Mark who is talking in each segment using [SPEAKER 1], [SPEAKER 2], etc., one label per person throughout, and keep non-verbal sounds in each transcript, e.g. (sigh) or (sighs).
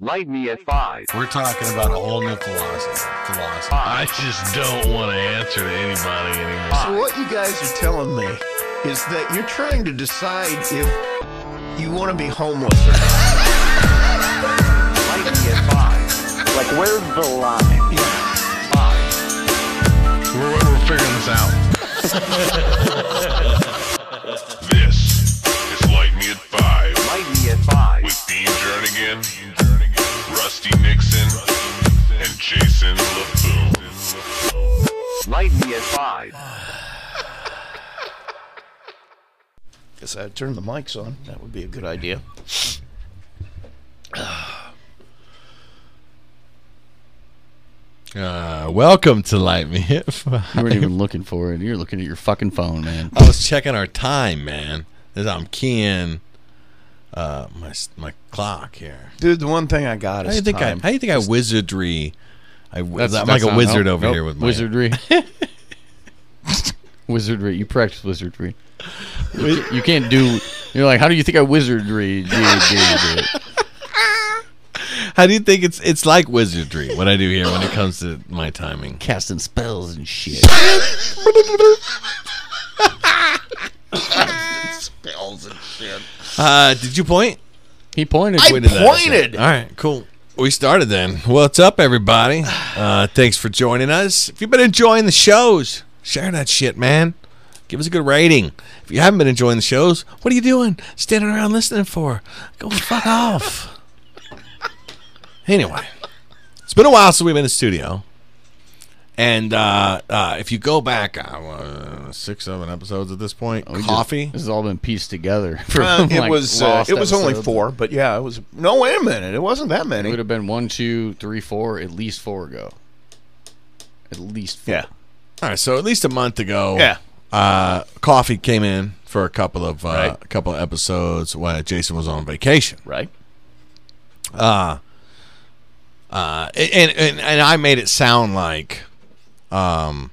[SPEAKER 1] Light me at five.
[SPEAKER 2] We're talking about a whole new philosophy. philosophy.
[SPEAKER 3] I just don't want to answer to anybody anymore.
[SPEAKER 4] So what you guys are telling me is that you're trying to decide if you want to be homeless or not.
[SPEAKER 1] Light me at five.
[SPEAKER 5] Like, where's the line?
[SPEAKER 1] Five.
[SPEAKER 3] We're, we're figuring this out.
[SPEAKER 6] (laughs) This is Light Me at 5
[SPEAKER 1] Light me at five.
[SPEAKER 6] with Dean Jernigan, Rusty Nixon, and Jason LeBoom.
[SPEAKER 1] Light me at five.
[SPEAKER 4] Guess I'd turn the mics on. That would be a good idea.
[SPEAKER 2] Uh, welcome to Light Me At
[SPEAKER 7] You
[SPEAKER 2] Five.
[SPEAKER 7] weren't even looking for it. You're looking at your fucking phone, man.
[SPEAKER 2] (laughs) I was checking our time, man. As I'm keying uh, my s- my clock here.
[SPEAKER 4] Dude, the one thing I got
[SPEAKER 2] How do
[SPEAKER 4] is
[SPEAKER 2] you think I?
[SPEAKER 4] time.
[SPEAKER 2] How do you think I wizardry? I, am like a
[SPEAKER 7] not-
[SPEAKER 2] wizard
[SPEAKER 7] nope,
[SPEAKER 2] over
[SPEAKER 7] nope.
[SPEAKER 2] here with my
[SPEAKER 7] wizardry. (laughs) wizardry. You practice wizardry. You can't- You can't do. You're like, how do you think I wizardry? Do, do, do it?"
[SPEAKER 2] How do you think it's it's like wizardry? What I do here when it comes to my timing?
[SPEAKER 7] Casting spells and shit.
[SPEAKER 2] Uh, did you point?
[SPEAKER 7] He pointed.
[SPEAKER 4] I
[SPEAKER 2] Pointed that out, sir.
[SPEAKER 4] pointed.
[SPEAKER 2] All right, cool. We started then. What's up,
[SPEAKER 4] (sighs)
[SPEAKER 2] everybody? Uh, thanks for joining us. If you've been enjoying the shows, share that shit, man. Give us a good rating. If you haven't been enjoying the shows, what are you doing? Standing around listening for? Go fuck off. Anyway, it's been a while since we've been in the studio. And uh, uh, if you go back uh, six, seven episodes at this point,
[SPEAKER 7] We just-
[SPEAKER 2] coffee.
[SPEAKER 7] this has all been pieced together. (laughs) From,
[SPEAKER 4] Uh,
[SPEAKER 2] (laughs)
[SPEAKER 4] it
[SPEAKER 7] like,
[SPEAKER 4] was uh,
[SPEAKER 7] lost
[SPEAKER 4] it was only
[SPEAKER 7] episodes.
[SPEAKER 4] four, but yeah, it was. No, wait a minute, it wasn't that
[SPEAKER 7] It
[SPEAKER 4] many.
[SPEAKER 7] would have been one, two, three, four, at least four ago. At least four.
[SPEAKER 4] Yeah,
[SPEAKER 2] All right, so at least a month ago,
[SPEAKER 4] Yeah.
[SPEAKER 2] uh, coffee came in for a couple of uh, a couple of episodes while Jason was on vacation,
[SPEAKER 4] right.
[SPEAKER 2] uh, and, and and I made it sound like um,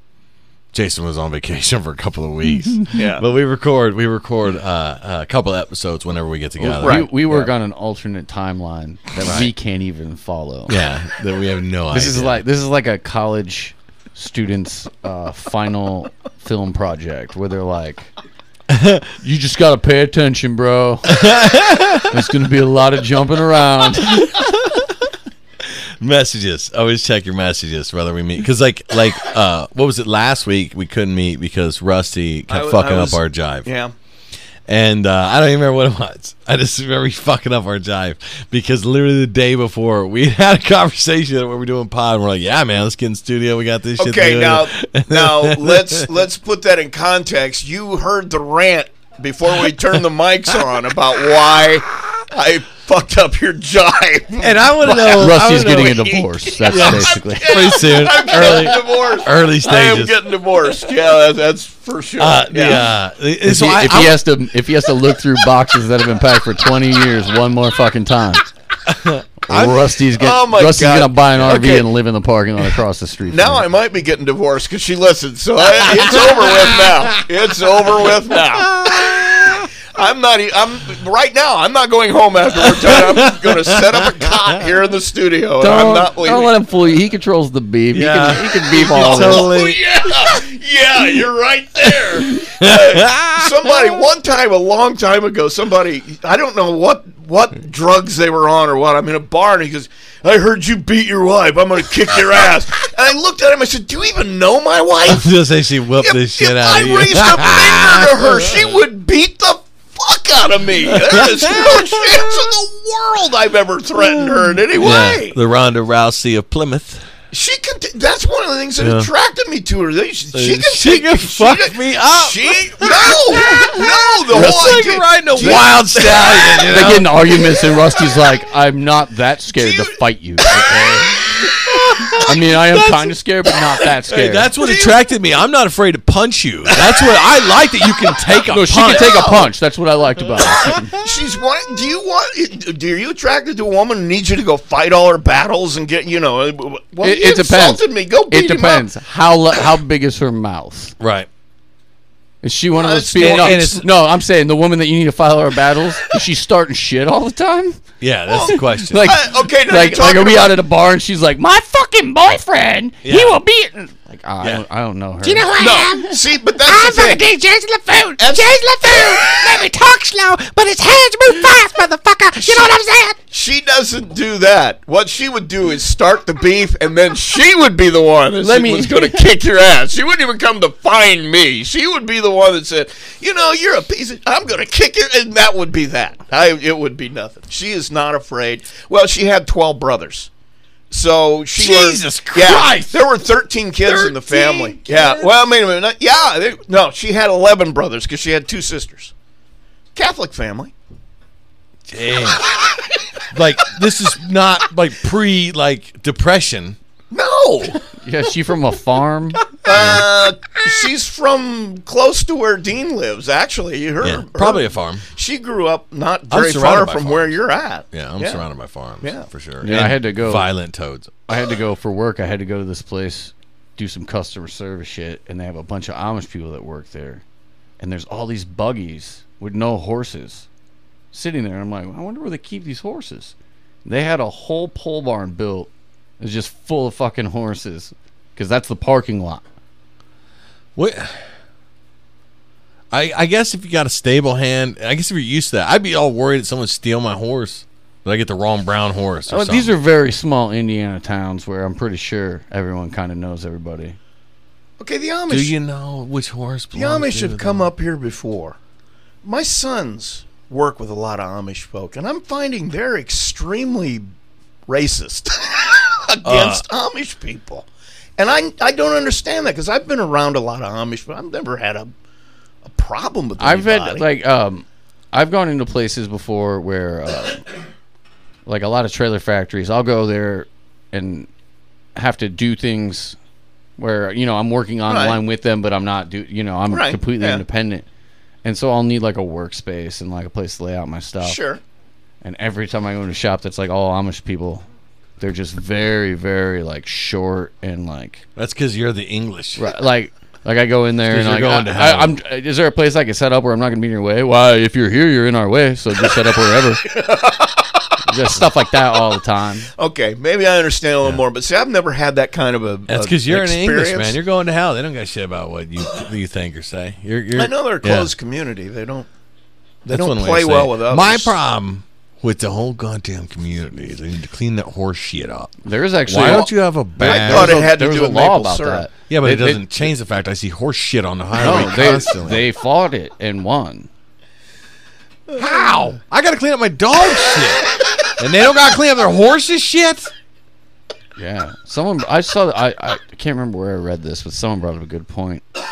[SPEAKER 2] Jason was on (laughs) vacation for a couple of weeks.
[SPEAKER 4] Yeah.
[SPEAKER 2] (laughs) but we record we record uh, a couple of episodes whenever we get together.
[SPEAKER 4] Right.
[SPEAKER 7] We, we work on an alternate timeline that we can't even follow.
[SPEAKER 2] Yeah, that we have no (laughs)
[SPEAKER 7] This
[SPEAKER 2] idea.
[SPEAKER 7] is like this is like a college student's uh, final film project where they're like, (laughs) "You just gotta pay attention, bro. There's gonna be a lot of
[SPEAKER 4] (laughs)
[SPEAKER 7] jumping around."
[SPEAKER 2] messages always check your messages whether we meet because like like uh what was it last week we couldn't meet because rusty kept
[SPEAKER 4] w-
[SPEAKER 2] fucking
[SPEAKER 4] I was-
[SPEAKER 2] up our jive
[SPEAKER 4] Yeah.
[SPEAKER 2] and uh, i don't even remember what it was i just remember he fucking up our jive because literally the day before we (laughs) had a conversation when we were doing pod and we're like yeah man let's get in the studio we got this shit to
[SPEAKER 4] Okay,
[SPEAKER 2] do." (laughs)
[SPEAKER 4] now now let's let's put that in context. You heard the rant before we turned the mics on about why I fucked up your jive.
[SPEAKER 2] and i want to know
[SPEAKER 7] Rusty's
[SPEAKER 2] I wanna
[SPEAKER 7] getting
[SPEAKER 2] know-
[SPEAKER 7] a
[SPEAKER 2] (laughs)
[SPEAKER 4] (laughs)
[SPEAKER 7] divorce. That's basically.
[SPEAKER 2] pretty soon early
[SPEAKER 4] I'm divorced.
[SPEAKER 2] early
[SPEAKER 4] I am
[SPEAKER 2] stages
[SPEAKER 4] getting divorced. Yeah, that, that's for sure.
[SPEAKER 2] uh, the,
[SPEAKER 4] yeah.
[SPEAKER 2] uh, the-
[SPEAKER 7] If,
[SPEAKER 2] so
[SPEAKER 7] he,
[SPEAKER 2] I,
[SPEAKER 7] if
[SPEAKER 2] I-
[SPEAKER 7] he has to, if he has to look through boxes that have been packed for 20 years, one more
[SPEAKER 4] (laughs)
[SPEAKER 7] fucking time, Rusty's, get,
[SPEAKER 4] Oh my
[SPEAKER 7] Rusty's
[SPEAKER 4] God.
[SPEAKER 7] gonna buy an RV
[SPEAKER 4] Okay.
[SPEAKER 7] and live in the parking lot across the street.
[SPEAKER 4] Now
[SPEAKER 7] from
[SPEAKER 4] I
[SPEAKER 7] him.
[SPEAKER 4] might be getting divorced because she listens. So I, it's over with now. It's over with now. I'm not. e- I'm right now. I'm not going home after we're done. I'm going to set up a cot here in the studio. And I'm not leaving.
[SPEAKER 7] don't let him fool you. He controls the beef.
[SPEAKER 2] Yeah.
[SPEAKER 7] He, can, he
[SPEAKER 4] (laughs)
[SPEAKER 7] can beef all this.
[SPEAKER 4] Oh,
[SPEAKER 2] totally
[SPEAKER 4] yeah, yeah, you're right there.
[SPEAKER 2] (laughs)
[SPEAKER 4] Hey, somebody one time, a long time ago, somebody I don't know what what drugs they were on or what. I'm in a bar and he goes, "I heard you beat your wife. I'm gonna kick your ass." And I looked at him. I said, "Do you even know my wife?"
[SPEAKER 2] just say she
[SPEAKER 4] (laughs)
[SPEAKER 2] whooped this
[SPEAKER 4] If-
[SPEAKER 2] shit
[SPEAKER 4] if
[SPEAKER 2] out
[SPEAKER 4] I
[SPEAKER 2] of you.
[SPEAKER 4] raised
[SPEAKER 2] (laughs)
[SPEAKER 4] a finger to her, she would beat the fuck out of me. There
[SPEAKER 2] (laughs)
[SPEAKER 4] is no chance in the world I've ever threatened her in any way.
[SPEAKER 2] Yeah, the Ronda Rousey of Plymouth.
[SPEAKER 4] She can. T- that's one of the things that
[SPEAKER 2] Yeah.
[SPEAKER 4] attracted me to her. They, she, she can.
[SPEAKER 2] she
[SPEAKER 4] take-
[SPEAKER 2] can
[SPEAKER 4] she
[SPEAKER 2] fuck
[SPEAKER 4] can-
[SPEAKER 2] me up.
[SPEAKER 4] She no, no.
[SPEAKER 2] (laughs)
[SPEAKER 4] The whole
[SPEAKER 2] It's like
[SPEAKER 4] idea.
[SPEAKER 2] riding a
[SPEAKER 4] Do you-
[SPEAKER 2] wild stallion.
[SPEAKER 4] (laughs)
[SPEAKER 7] They get in arguments, and Rusty's
[SPEAKER 2] (laughs)
[SPEAKER 7] like, "I'm not that scared
[SPEAKER 4] Do you-
[SPEAKER 7] to fight you." Okay? I mean, I am kind of scared, but not that
[SPEAKER 2] Hey,
[SPEAKER 7] scared.
[SPEAKER 2] that's what attracted me. I'm not afraid to punch you. That's what I like that you can
[SPEAKER 7] (laughs)
[SPEAKER 2] take a
[SPEAKER 7] no,
[SPEAKER 2] punch.
[SPEAKER 7] she can take a punch. That's what I liked about
[SPEAKER 2] (laughs)
[SPEAKER 7] it.
[SPEAKER 4] She's one. Do you want? Do are you attracted to a woman who needs you to go fight all her battles and get you know? uh, Well,
[SPEAKER 7] it,
[SPEAKER 4] he
[SPEAKER 7] it depends.
[SPEAKER 4] insulted me. Go beat
[SPEAKER 7] it
[SPEAKER 4] him up.
[SPEAKER 7] depends. How lo- how big is her mouth?
[SPEAKER 2] right.
[SPEAKER 7] Is she one of those
[SPEAKER 4] That's not-
[SPEAKER 7] people? No,
[SPEAKER 2] Uh, and it's-
[SPEAKER 7] no, I'm saying the woman that you need to file her battles. is she starting shit all the time?
[SPEAKER 2] Yeah, that's the question.
[SPEAKER 7] Oh. Like,
[SPEAKER 4] Uh, okay, now you're
[SPEAKER 7] like, like,
[SPEAKER 4] talking
[SPEAKER 7] are we
[SPEAKER 4] about-
[SPEAKER 7] out at a bar and she's like, "My fucking boyfriend, he
[SPEAKER 2] Yeah.
[SPEAKER 7] will be." Like, ah, I,
[SPEAKER 2] Yeah.
[SPEAKER 7] don't, I don't know her.
[SPEAKER 4] No, see, but that's the thing.
[SPEAKER 7] Jason LaFoon.
[SPEAKER 4] Abs- Jason LaFoon.
[SPEAKER 7] Let me talk slow, but his hands move fast, motherfucker. You know what I'm saying?
[SPEAKER 4] She doesn't do that. What she would do is start the beef, and then she would be the one that
[SPEAKER 7] Let
[SPEAKER 4] said,
[SPEAKER 7] me-
[SPEAKER 4] was
[SPEAKER 7] (laughs)
[SPEAKER 4] going to kick your ass. She wouldn't even come to find me. She would be the one that said, "You know, you're a piece of. I'm going to kick your." And that would be that. I. It would be nothing. She is not afraid. Well, she had twelve brothers. So she
[SPEAKER 2] Jesus
[SPEAKER 4] learned- yeah,
[SPEAKER 2] Christ!
[SPEAKER 4] there were thirteen kids in the
[SPEAKER 2] 13
[SPEAKER 4] family. Yeah. Well, wait a minute. not- Yeah. They, no, she had eleven brothers because she had two sisters. Catholic family.
[SPEAKER 2] Damn. like this is not like pre like depression.
[SPEAKER 4] No.
[SPEAKER 7] Yeah, is she from a farm.
[SPEAKER 2] (laughs)
[SPEAKER 4] Uh, she's from close to where Dean lives, actually. Her, her-
[SPEAKER 2] probably a farm.
[SPEAKER 4] She grew up not very far
[SPEAKER 2] surrounded by
[SPEAKER 4] from
[SPEAKER 2] farms.
[SPEAKER 4] where you're at.
[SPEAKER 2] Yeah, I'm surrounded by farms.
[SPEAKER 4] Yeah.
[SPEAKER 2] for sure.
[SPEAKER 7] Yeah, I
[SPEAKER 2] And
[SPEAKER 7] had to go.
[SPEAKER 2] Violent toads.
[SPEAKER 7] I had to go for work. I had to go to this place, do some customer service shit, and they have a bunch of Amish people that work there. And there's all these buggies with no horses sitting there. And I'm like, I wonder where they keep these horses. They had a whole pole barn built. It was just full of fucking horses because that's the parking lot.
[SPEAKER 2] What? I I guess if you got a stable hand, I guess if you're used to that, I'd be all worried that someone steal my horse. That I get the wrong brown horse. Or
[SPEAKER 7] Oh, these
[SPEAKER 2] something.
[SPEAKER 7] are very small Indiana towns where I'm pretty sure everyone kind of knows everybody.
[SPEAKER 4] Okay, the Amish.
[SPEAKER 2] Do you know which horse?
[SPEAKER 4] the Amish have come up here before. My sons work with a lot of Amish folk, and I'm finding they're extremely racist (laughs) against Amish people. And I, I don't understand that because I've been around a lot of Amish, but I've never had a, a problem with
[SPEAKER 7] I've
[SPEAKER 4] anybody.
[SPEAKER 7] had like um, I've gone into places before where uh, like a lot of trailer factories. I'll go there and have to do things where you know I'm working online with them, but I'm not do you know I'm
[SPEAKER 4] Right,
[SPEAKER 7] completely
[SPEAKER 4] yeah.
[SPEAKER 7] independent. And so I'll need like a workspace and like a place to lay out my stuff.
[SPEAKER 4] sure.
[SPEAKER 7] And every time I go into a shop that's like all Amish people, they're just very very like short and like
[SPEAKER 2] That's because you're the English.
[SPEAKER 7] Right, like, like I go in there
[SPEAKER 2] 'Cause
[SPEAKER 7] and
[SPEAKER 2] you're
[SPEAKER 7] like,
[SPEAKER 2] going
[SPEAKER 7] I,
[SPEAKER 2] to
[SPEAKER 7] I, am Is there a place I can set up where I'm not gonna be in your way? Why, if you're here, you're in our way. So just set
[SPEAKER 4] (laughs)
[SPEAKER 7] up wherever. just stuff like that all the time.
[SPEAKER 4] Okay, maybe I understand a little more, but see, I've never had that kind of a.
[SPEAKER 2] That's
[SPEAKER 4] a
[SPEAKER 2] because you're
[SPEAKER 4] experience.
[SPEAKER 2] an English man. You're going to hell. They don't give a shit about what you you think or say. You're, you're,
[SPEAKER 4] I know they're a
[SPEAKER 2] Yeah.
[SPEAKER 4] closed community. They don't. They
[SPEAKER 2] That's one
[SPEAKER 4] don't
[SPEAKER 2] way to
[SPEAKER 4] play
[SPEAKER 2] say
[SPEAKER 4] well
[SPEAKER 2] it.
[SPEAKER 4] with others.
[SPEAKER 2] My problem with the whole goddamn community is they need to clean that horse shit up.
[SPEAKER 7] There is actually.
[SPEAKER 2] Why don't you have a
[SPEAKER 4] I
[SPEAKER 2] bag?
[SPEAKER 4] thought it
[SPEAKER 7] there was a-
[SPEAKER 4] had to
[SPEAKER 7] there was
[SPEAKER 4] do
[SPEAKER 7] a
[SPEAKER 4] with
[SPEAKER 7] law
[SPEAKER 4] maple
[SPEAKER 7] about
[SPEAKER 4] syrup.
[SPEAKER 7] that.
[SPEAKER 2] yeah, but
[SPEAKER 7] They-
[SPEAKER 2] it
[SPEAKER 7] they-
[SPEAKER 2] doesn't change the fact I see horse shit on the highway
[SPEAKER 7] No, they
[SPEAKER 2] constantly.
[SPEAKER 7] they fought it and won.
[SPEAKER 2] How? I gotta clean up my dog's shit, and they don't gotta clean up their horse's shit.
[SPEAKER 7] Yeah, someone I saw. I I can't remember where I read this, but someone brought up a good point. Um,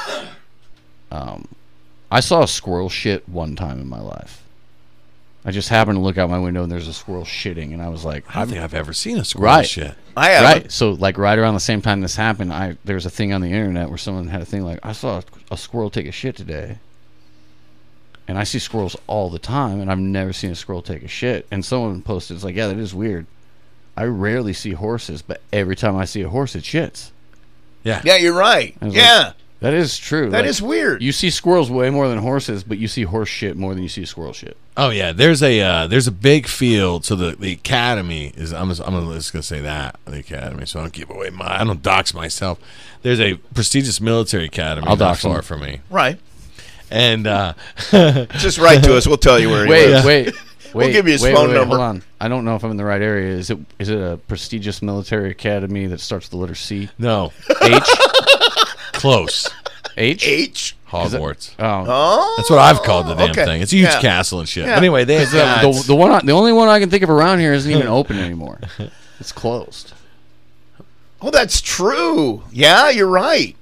[SPEAKER 7] I saw a squirrel shit one time in my life. I just happened to look out my window and there's a squirrel shitting, and I was like,
[SPEAKER 2] I don't think I've ever seen a squirrel
[SPEAKER 7] Right.
[SPEAKER 2] shit.
[SPEAKER 4] I have.
[SPEAKER 7] right. So like right around the same time this happened, I there was a thing on the internet where someone had a thing like I saw a, a squirrel take a shit today. And I see squirrels all the time, and I've never seen a squirrel take a shit. And someone posted, "It's like, yeah, that is weird. I rarely see horses, but every time I see a horse, it shits."
[SPEAKER 2] Yeah.
[SPEAKER 4] Yeah, you're right.
[SPEAKER 7] I was like,
[SPEAKER 4] Yeah,
[SPEAKER 7] that is true.
[SPEAKER 4] that is weird.
[SPEAKER 7] You see squirrels way more than horses, but you see horse shit more than you see squirrel shit.
[SPEAKER 2] Oh yeah. There's a uh, there's a big field. So the, the academy is. I'm just, I'm just gonna say that the academy. So I don't give away my. I don't dox myself. There's a prestigious military academy.
[SPEAKER 7] I'll
[SPEAKER 2] not
[SPEAKER 7] dox
[SPEAKER 2] far
[SPEAKER 7] him.
[SPEAKER 2] from me.
[SPEAKER 4] right.
[SPEAKER 2] And uh,
[SPEAKER 4] Just write to us. We'll tell you where. he
[SPEAKER 7] Wait,
[SPEAKER 4] lives.
[SPEAKER 7] wait, wait.
[SPEAKER 4] (laughs) We'll give you his
[SPEAKER 7] wait,
[SPEAKER 4] phone
[SPEAKER 7] wait,
[SPEAKER 4] number.
[SPEAKER 7] Hold on. I don't know if I'm in the right area. Is it is it a prestigious military academy that starts with the letter C?
[SPEAKER 2] no,
[SPEAKER 4] (laughs)
[SPEAKER 7] H?
[SPEAKER 2] close.
[SPEAKER 7] H?
[SPEAKER 4] H.
[SPEAKER 2] Hogwarts.
[SPEAKER 7] Oh.
[SPEAKER 4] Oh,
[SPEAKER 2] That's what I've called the damn
[SPEAKER 4] okay.
[SPEAKER 2] thing. It's a huge
[SPEAKER 4] Yeah.
[SPEAKER 2] castle and shit.
[SPEAKER 4] Yeah.
[SPEAKER 2] But anyway, they uh,
[SPEAKER 7] The,
[SPEAKER 2] yeah,
[SPEAKER 7] the,
[SPEAKER 2] it's-
[SPEAKER 7] the one I, the only one I can think of around here isn't even open anymore. It's closed.
[SPEAKER 4] oh, that's true. Yeah, you're right.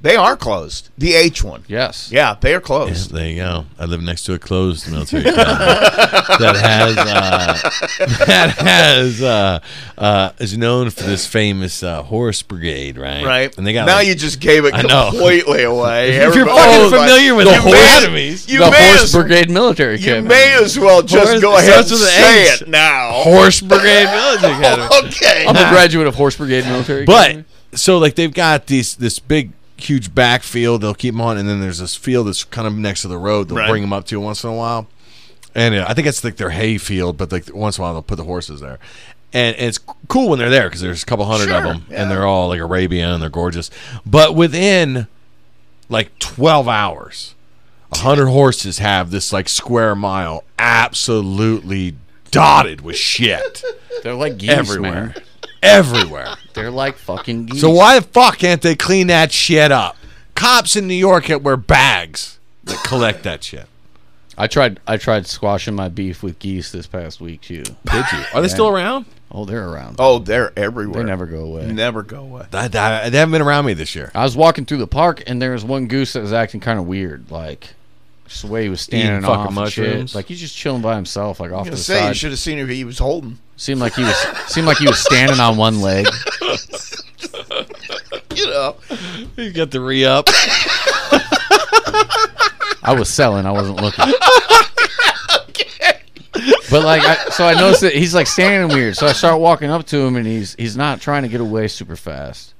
[SPEAKER 4] They are closed. The H one.
[SPEAKER 7] Yes.
[SPEAKER 4] Yeah, they are closed.
[SPEAKER 2] There you go. I live next to a closed military academy
[SPEAKER 4] (laughs)
[SPEAKER 2] that has uh, (laughs) that has uh, uh, is known for this famous uh, horse brigade, right?
[SPEAKER 4] Right.
[SPEAKER 2] And they got
[SPEAKER 4] now
[SPEAKER 2] like-
[SPEAKER 4] you just gave it
[SPEAKER 2] I know. (laughs)
[SPEAKER 4] completely away.
[SPEAKER 2] if you're
[SPEAKER 4] Everybody-
[SPEAKER 2] fucking
[SPEAKER 4] everybody-
[SPEAKER 2] familiar with
[SPEAKER 4] You
[SPEAKER 2] the
[SPEAKER 4] may-
[SPEAKER 2] horse,
[SPEAKER 4] you
[SPEAKER 7] the
[SPEAKER 4] may
[SPEAKER 7] horse
[SPEAKER 4] as-
[SPEAKER 7] brigade military
[SPEAKER 4] You
[SPEAKER 7] academy.
[SPEAKER 4] may as well just
[SPEAKER 2] Horse-
[SPEAKER 4] go
[SPEAKER 2] it
[SPEAKER 4] ahead and
[SPEAKER 2] starts with an
[SPEAKER 4] say
[SPEAKER 2] H.
[SPEAKER 4] it now.
[SPEAKER 2] horse brigade military academy.
[SPEAKER 4] Okay.
[SPEAKER 7] I'm a graduate of horse brigade military.
[SPEAKER 2] But
[SPEAKER 4] Mm-hmm.
[SPEAKER 7] academy.
[SPEAKER 2] so like they've got these this big huge backfield. They'll keep them on, and then there's this field that's kind of next to the road. They'll
[SPEAKER 4] Right.
[SPEAKER 2] bring them up to once in a while. And uh, I think it's like their hay field, but like once in a while they'll put the horses there. And, and it's cool when they're there because there's a couple hundred of
[SPEAKER 4] Sure,
[SPEAKER 2] them,
[SPEAKER 4] yeah.
[SPEAKER 2] and they're all like Arabian and they're gorgeous. But within like 12 hours, a 100 horses have this like square mile absolutely dotted with
[SPEAKER 4] (laughs)
[SPEAKER 2] shit
[SPEAKER 7] They're like geese,
[SPEAKER 2] everywhere.
[SPEAKER 7] man.
[SPEAKER 2] Everywhere.
[SPEAKER 7] They're like fucking geese.
[SPEAKER 2] So why the fuck can't they clean that shit up? Cops in New York that wear bags that collect that shit.
[SPEAKER 7] I tried. I tried squashing my beef with geese this past week too.
[SPEAKER 2] Did you? Are they still around?
[SPEAKER 7] Oh, they're around.
[SPEAKER 4] (laughs) Oh, they're everywhere.
[SPEAKER 7] they never go away.
[SPEAKER 4] never go away.
[SPEAKER 2] That- that- They haven't been around me this year.
[SPEAKER 7] I was walking through the park and there was one goose that was acting kind of weird, like just the way he was standing
[SPEAKER 2] Eating fucking
[SPEAKER 7] off and shit.
[SPEAKER 2] mushrooms.
[SPEAKER 7] Like he's just chilling by himself, like off
[SPEAKER 4] I
[SPEAKER 7] to
[SPEAKER 4] was
[SPEAKER 7] the
[SPEAKER 4] gonna say you
[SPEAKER 7] side.
[SPEAKER 4] should have seen if he was holding.
[SPEAKER 7] Seemed like he was seemed like he was standing on one leg.
[SPEAKER 4] You know,
[SPEAKER 2] You got the re up.
[SPEAKER 7] I was selling. I wasn't looking. But like, I, so I noticed that he's like standing weird. So I start walking up to him, and he's he's not trying to get away super fast,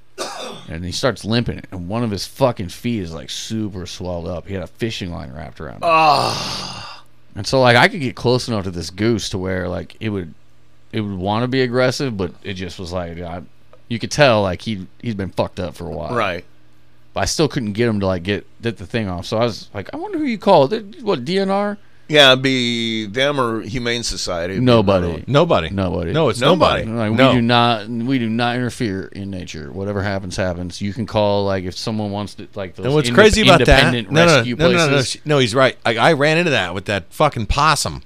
[SPEAKER 7] and he starts limping. And one of his fucking feet is like super swelled up. He had a fishing line wrapped around. Him.
[SPEAKER 4] Ah,
[SPEAKER 7] And so like, I could get close enough to this goose to where like it would it would want to be aggressive, but it just was like I, you could tell like he he's been fucked up for a while,
[SPEAKER 4] right?
[SPEAKER 7] but I still couldn't get him to like get, get the thing off. So I was like, I wonder who you call. Did- What DNR?
[SPEAKER 4] Yeah, it'd be them or Humane Society.
[SPEAKER 7] Nobody.
[SPEAKER 2] Nobody.
[SPEAKER 7] Nobody.
[SPEAKER 2] No, it's nobody.
[SPEAKER 4] Nobody.
[SPEAKER 7] Like,
[SPEAKER 2] no.
[SPEAKER 7] We do not. We do not interfere in nature. Whatever happens, happens. You can call like if someone wants to like those.
[SPEAKER 2] and what's
[SPEAKER 7] inde-
[SPEAKER 2] crazy about that? No,
[SPEAKER 7] independent
[SPEAKER 2] no, no,
[SPEAKER 7] rescue
[SPEAKER 2] no, no, no,
[SPEAKER 7] places.
[SPEAKER 2] sh- no. He's right. I, I ran into that with that fucking possum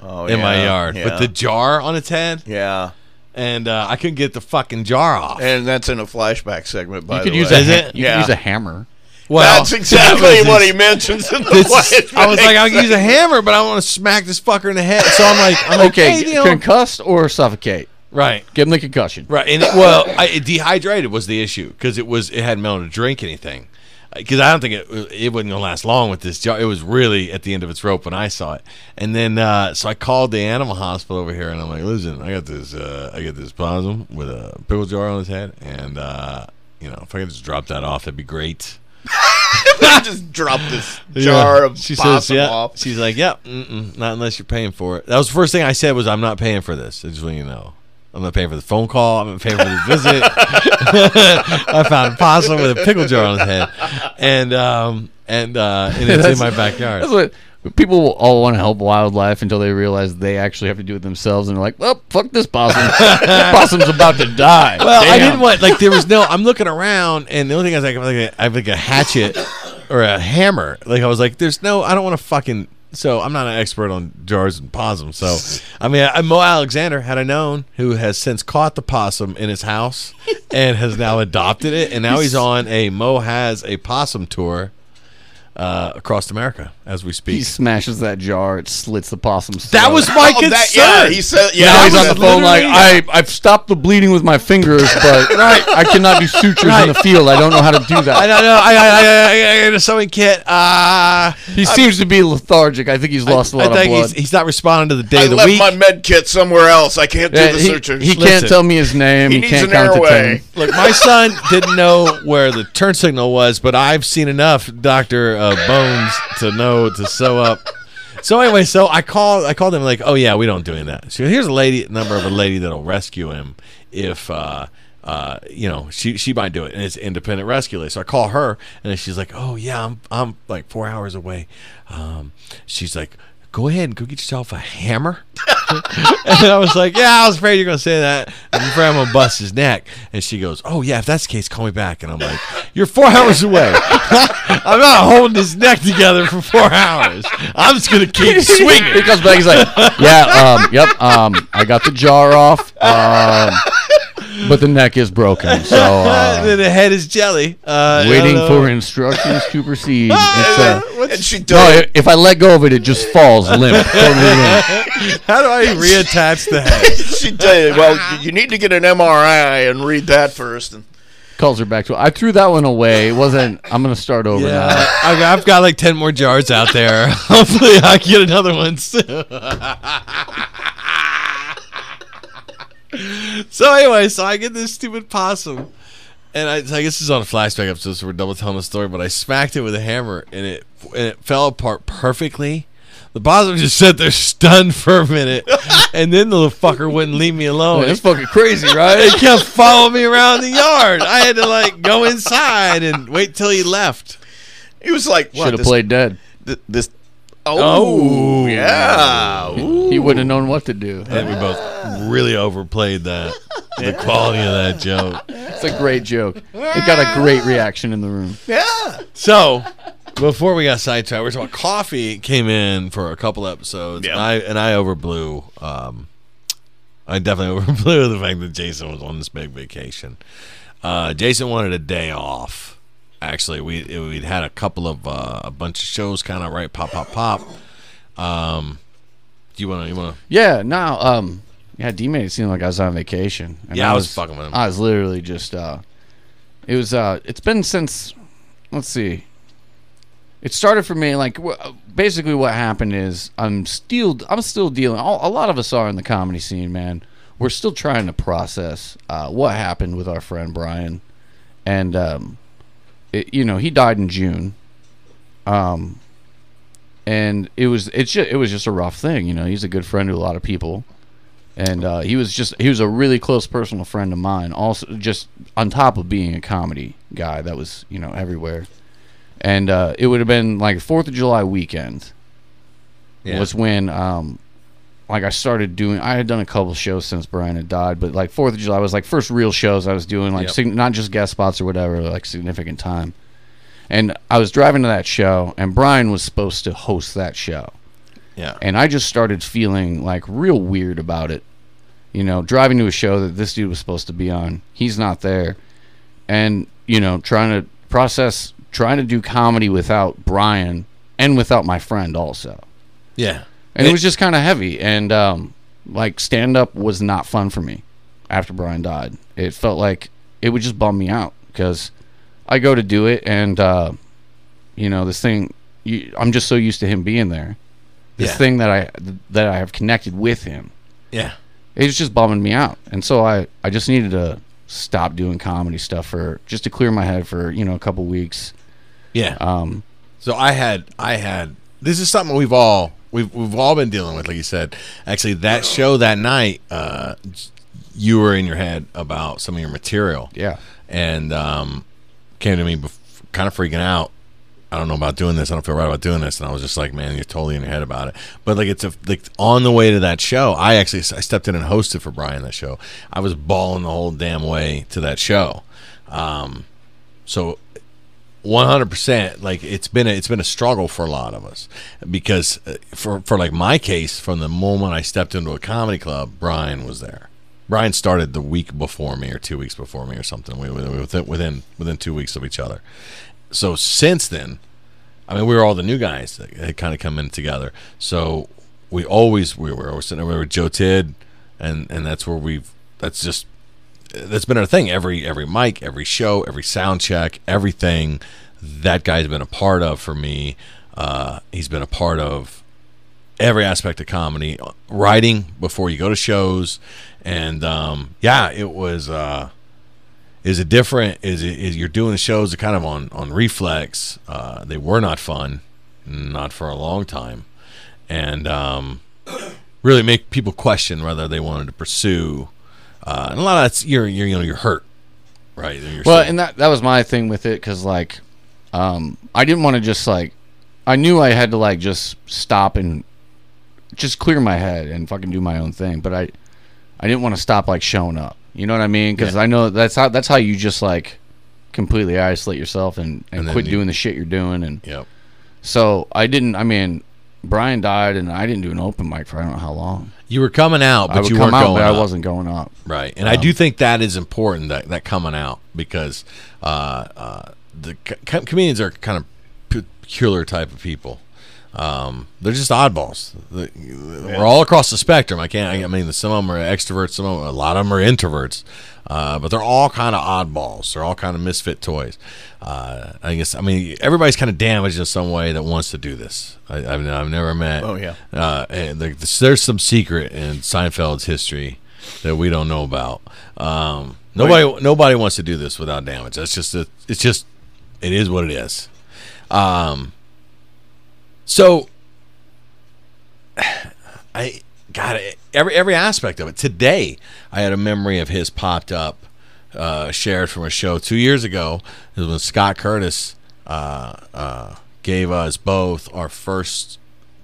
[SPEAKER 4] Oh,
[SPEAKER 2] in my
[SPEAKER 4] yeah,
[SPEAKER 2] yard
[SPEAKER 4] Yeah.
[SPEAKER 2] with the jar on its head,
[SPEAKER 4] yeah,
[SPEAKER 2] and uh, I couldn't get the fucking jar off.
[SPEAKER 4] and that's in a flashback segment. By
[SPEAKER 7] You
[SPEAKER 4] the
[SPEAKER 7] could use
[SPEAKER 4] way.
[SPEAKER 7] a ha- you
[SPEAKER 4] Yeah.
[SPEAKER 7] could use a hammer.
[SPEAKER 2] well, (laughs)
[SPEAKER 4] That's exactly
[SPEAKER 2] that was (laughs)
[SPEAKER 4] what
[SPEAKER 2] ins-
[SPEAKER 4] he mentions in the
[SPEAKER 2] This is-
[SPEAKER 4] flashback.
[SPEAKER 2] I was
[SPEAKER 4] (laughs)
[SPEAKER 2] like, I'll use a hammer, but I want to smack this fucker in the head. So I'm like, (laughs) I'm like,
[SPEAKER 7] Okay,
[SPEAKER 2] hey,
[SPEAKER 7] get
[SPEAKER 2] you know-
[SPEAKER 7] concussed or suffocate.
[SPEAKER 2] right,
[SPEAKER 7] Give him the concussion.
[SPEAKER 2] right, and it, well, I, it dehydrated was the issue because it was it hadn't been able to drink anything because I don't think it it wasn't gonna last long with this jar. It was really at the end of its rope when I saw it, and then uh, so I called the animal hospital over here, and I'm like, listen, I got this uh, I got this possum with a pickle jar on his head, and uh, you know if I could just drop that off, that'd be great.
[SPEAKER 4] just drop this jar
[SPEAKER 2] Yeah.
[SPEAKER 4] of possum
[SPEAKER 2] yeah.
[SPEAKER 4] off.
[SPEAKER 2] She's like, yep, mm-mm, not unless you're paying for it. That was the first thing I said was, I'm not paying for this. I just want you to know. I'm not paying for the phone call. I'm not paying for the visit. (laughs) I found a possum with a pickle jar on his head, and um, and uh, and it's in
[SPEAKER 7] That's-
[SPEAKER 2] my backyard.
[SPEAKER 7] That's what people will all want to help wildlife until they realize they actually have to do it themselves, and they're like, "Well, fuck this possum.
[SPEAKER 2] (laughs)
[SPEAKER 7] this possum's about to die."
[SPEAKER 2] Well, I
[SPEAKER 7] Damn.
[SPEAKER 2] didn't want like there was no. I'm looking around, and the only thing I was like, I'm like a, I have like a hatchet or a hammer. Like I was like, there's no. I don't want to fucking. So I'm not an expert on jars and possums. So I mean, I, Mo Alexander had I known, who has since caught the possum in his house and has now adopted it, and now he's on a Mo has a possum tour uh, across America as we
[SPEAKER 7] He
[SPEAKER 2] speak.
[SPEAKER 7] smashes that jar. It slits the possum's.
[SPEAKER 2] That
[SPEAKER 7] throat.
[SPEAKER 2] was my
[SPEAKER 4] (laughs) Oh,
[SPEAKER 2] concern.
[SPEAKER 4] that- yeah, he said. Yeah,
[SPEAKER 7] now
[SPEAKER 4] that
[SPEAKER 7] he's
[SPEAKER 4] was
[SPEAKER 7] on the phone like I
[SPEAKER 2] literally-
[SPEAKER 7] I've stopped the bleeding with my
[SPEAKER 2] (laughs)
[SPEAKER 7] fingers, but I cannot do sutures in the field. I don't know how to do
[SPEAKER 2] I
[SPEAKER 7] that.
[SPEAKER 2] don't know. I, I, I, I, I got a sewing kit. Uh,
[SPEAKER 7] He seems to be lethargic. I think he's lost a lot
[SPEAKER 2] I think
[SPEAKER 7] of blood.
[SPEAKER 2] He's, he's not responding to the day
[SPEAKER 4] I
[SPEAKER 2] of the
[SPEAKER 4] left
[SPEAKER 2] week.
[SPEAKER 4] my med kit somewhere else. I can't do
[SPEAKER 7] Yeah,
[SPEAKER 4] the
[SPEAKER 7] he,
[SPEAKER 4] sutures.
[SPEAKER 7] he can't
[SPEAKER 2] Listen.
[SPEAKER 7] tell me his name.
[SPEAKER 4] He
[SPEAKER 7] He,
[SPEAKER 4] needs
[SPEAKER 7] can't
[SPEAKER 4] an
[SPEAKER 7] count to
[SPEAKER 4] airway.
[SPEAKER 7] ten.
[SPEAKER 2] Look,
[SPEAKER 4] (laughs)
[SPEAKER 2] my son didn't know where the turn signal was, but I've seen enough Doctor uh, Bones to know to sew up. So anyway, so I called. I called him like, "Oh yeah, we don't do any of that." So here's a lady number of a lady that'll rescue him if uh, uh, you know she she might do it, and it's independent rescue. lady. So I call her, and then she's like, "Oh yeah, I'm I'm like four hours away." Um, she's like, "Go ahead and go get yourself a hammer." and I was like, "Yeah, I was afraid you're gonna say that. I'm afraid I'm gonna bust his neck." And she goes, "Oh yeah, if that's the case, call me back." And I'm like, "You're four hours away. (laughs) I'm not holding his neck together for four hours. I'm just gonna
[SPEAKER 7] (laughs)
[SPEAKER 2] keep
[SPEAKER 7] He
[SPEAKER 2] swinging."
[SPEAKER 7] comes back. He's like, yeah, um, yep, um, I got the jar off, um, but the neck is broken. So uh,
[SPEAKER 2] (laughs) then the head is jelly. Uh, I don't
[SPEAKER 7] waiting
[SPEAKER 2] know.
[SPEAKER 7] for instructions to proceed. It's, uh,
[SPEAKER 4] and she
[SPEAKER 7] no,
[SPEAKER 4] dug
[SPEAKER 7] i- if I let go of it, it just falls limp. (laughs) Totally limp.
[SPEAKER 2] How do I reattach the head? (laughs)
[SPEAKER 4] she did. Well, y- you need to get an MRI and read that first. And
[SPEAKER 7] Calls her back to. I threw that one away. It wasn't. I'm gonna start over
[SPEAKER 2] Yeah, I've, (laughs) I've got like ten more jars out there. (laughs) Hopefully, I get another one soon. (laughs) so anyway, so I get this stupid possum, and I, so I guess this is on a flashback episode, so we're double telling the story. But I smacked it with a hammer, and it and it fell apart perfectly. The boss just sat there stunned for a minute, and then the little fucker wouldn't leave me alone.
[SPEAKER 7] (laughs) That's fucking crazy, right?
[SPEAKER 2] He kept following me around the yard. I had to like go inside and wait till he left.
[SPEAKER 4] He was like, what,
[SPEAKER 7] Should have
[SPEAKER 4] this-
[SPEAKER 7] played dead.
[SPEAKER 4] th- this. Oh, yeah. Ooh.
[SPEAKER 7] He wouldn't have known what to do.
[SPEAKER 2] And we both really overplayed that. The quality of that joke.
[SPEAKER 7] It's a great joke. It got a great reaction in the room.
[SPEAKER 4] Yeah.
[SPEAKER 2] So, before we got sidetracked, we are talking about coffee came in for a couple episodes, and
[SPEAKER 4] Yeah.
[SPEAKER 2] I and I overblew. Um, I definitely (laughs) overblew the fact that Jason was on this big vacation. Uh, Jason wanted a day off. Actually, we we'd had a couple of uh, a bunch of shows kind of right pop pop pop. Um, do you want to you want to
[SPEAKER 7] Yeah, no, um, yeah, D made it seem like I was on vacation. And
[SPEAKER 2] Yeah, I was fucking with him.
[SPEAKER 7] I was literally just, uh, it was, uh, it's been since, let's see, it started for me like wh- basically what happened is I'm still I'm still dealing. All, a lot of us are in the comedy scene, man. We're still trying to process uh, what happened with our friend Brian, and um, it, you know he died in June. Um, and it was it's just, it was just a rough thing. You know, he's a good friend to a lot of people, and uh, he was just he was a really close personal friend of mine. Also, just on top of being a comedy guy, that was you know everywhere. And uh, it would have been like Fourth of July weekend
[SPEAKER 2] Yeah.
[SPEAKER 7] was when um, like I started doing. I had done a couple shows since Brian had died, but like Fourth of July was like first real shows I was doing, like
[SPEAKER 2] Yep.
[SPEAKER 7] sig- not just guest spots or whatever, like significant time. And I was driving to that show, and Brian was supposed to host that show
[SPEAKER 2] yeah
[SPEAKER 7] and I just started feeling like real weird about it. You know, driving to a show that this dude was supposed to be on, he's not there, and you know, trying to process, trying to do comedy without Brian and without my friend also,
[SPEAKER 2] yeah
[SPEAKER 7] and it, was just kind of heavy. And um, like stand up was not fun for me after Brian died. It felt like it would just bum me out because I go to do it, and uh, you know, this thing, you, I'm just so used to him being there this
[SPEAKER 2] yeah.
[SPEAKER 7] thing that I that I have connected with him.
[SPEAKER 2] yeah
[SPEAKER 7] It was just bumming me out, and so I I just needed to stop doing comedy stuff for just to clear my head for you know a couple weeks.
[SPEAKER 2] yeah
[SPEAKER 7] Um,
[SPEAKER 2] So I had I had this is something we've all we've we've all been dealing with, like you said. Actually that show that night, uh you were in your head about some of your material.
[SPEAKER 7] yeah,
[SPEAKER 2] And um came to me bef- kind of freaking out. I don't know about doing this. I don't feel right about doing this. And I was just like, man, you're totally in your head about it. But like, it's a, like on the way to that show, I actually I stepped in and hosted for Brian that show. I was balling the whole damn way to that show. Um, so 100% like it's been a, it's been a struggle for a lot of us because uh, for for like my case from the moment I stepped into a comedy club Brian was there Brian started the week before me or 2 weeks before me or something we, we, within within within 2 weeks of each other so since then I mean we were all the new guys that had kind of come in together so we always we were always sitting there we were Joe Tid and and that's where we've that's just that's been our thing every every mic every show every sound check everything that guy's been a part of for me uh, he's been a part of every aspect of comedy writing before you go to shows and um, yeah it was uh, is it different is it is you're doing shows that kind of on on reflex uh, they were not fun not for a long time and um, really make people question whether they wanted to pursue uh, and a lot of that's you're, you're you know you're hurt right And you're
[SPEAKER 7] well,
[SPEAKER 2] still-
[SPEAKER 7] and that that was my thing with it because like, um, I didn't want to just like, I knew I had to like just stop and just clear my head and fucking do my own thing, but I I didn't want to stop like showing up. You know what I mean? Because I know that's how that's how you just like completely isolate yourself and, and,
[SPEAKER 2] And then
[SPEAKER 7] quit
[SPEAKER 2] you-
[SPEAKER 7] doing the shit you're doing and
[SPEAKER 2] yep
[SPEAKER 7] So I didn't. I mean, Brian died, and I didn't do an open mic for I don't know how long.
[SPEAKER 2] you were coming out
[SPEAKER 7] I
[SPEAKER 2] but
[SPEAKER 7] would
[SPEAKER 2] you
[SPEAKER 7] come
[SPEAKER 2] weren't
[SPEAKER 7] out,
[SPEAKER 2] going
[SPEAKER 7] but I
[SPEAKER 2] up.
[SPEAKER 7] wasn't going up.
[SPEAKER 2] Right, and I do think that is important that that coming out because uh, uh, the co- co- comedians are kind of pe- peculiar type of people. Um, they're just oddballs. The- We're all across the spectrum. I can't. I mean, some of them are extroverts. Some of 'em- a lot of them are introverts. Uh, but they're all kind of oddballs. They're all kind of misfit toys. Uh, I guess. I mean, everybody's kind of damaged in some way that wants to do this. I, I've, I've never met. eh,
[SPEAKER 4] Oh, yeah.
[SPEAKER 2] Uh, and there- there's some secret in Seinfeld's history that we don't know about. Um, nobody nobody wants to do this without damage. That's just a, it's just it is what it is. Um, so (sighs) I got it. Every every aspect of it. Today, I had a memory of his popped up, uh, shared from a show two years ago. It was when Scott Curtis uh, uh, gave us both our first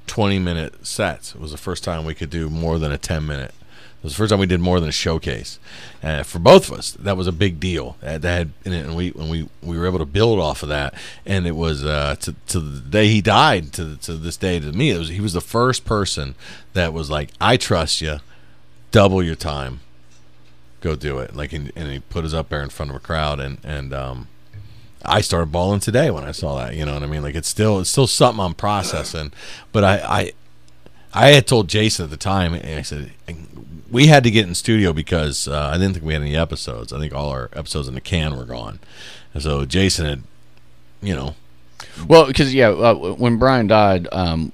[SPEAKER 2] twenty minute sets. It was the first time we could do more than a ten minute. It was the first time we did more than a showcase. Uh, for both of us, that was a big deal. Uh, that had, and, it- and we and we we were able to build off of that. And it was uh, to to the day he died to to this day to me. It was he was the first person that was like, I trust you. Double your time. Go do it. Like and, and he put us up there in front of a crowd and and um. I started bawling today when I saw that. You know what I mean? Like it's still it's still something I'm processing, but I, I I had told Jason at the time, and I said we had to get in studio because uh, I didn't think we had any episodes. I think all our episodes in the can were gone, and so Jason had, you know,
[SPEAKER 7] Well, because yeah, uh, when Brian died, um,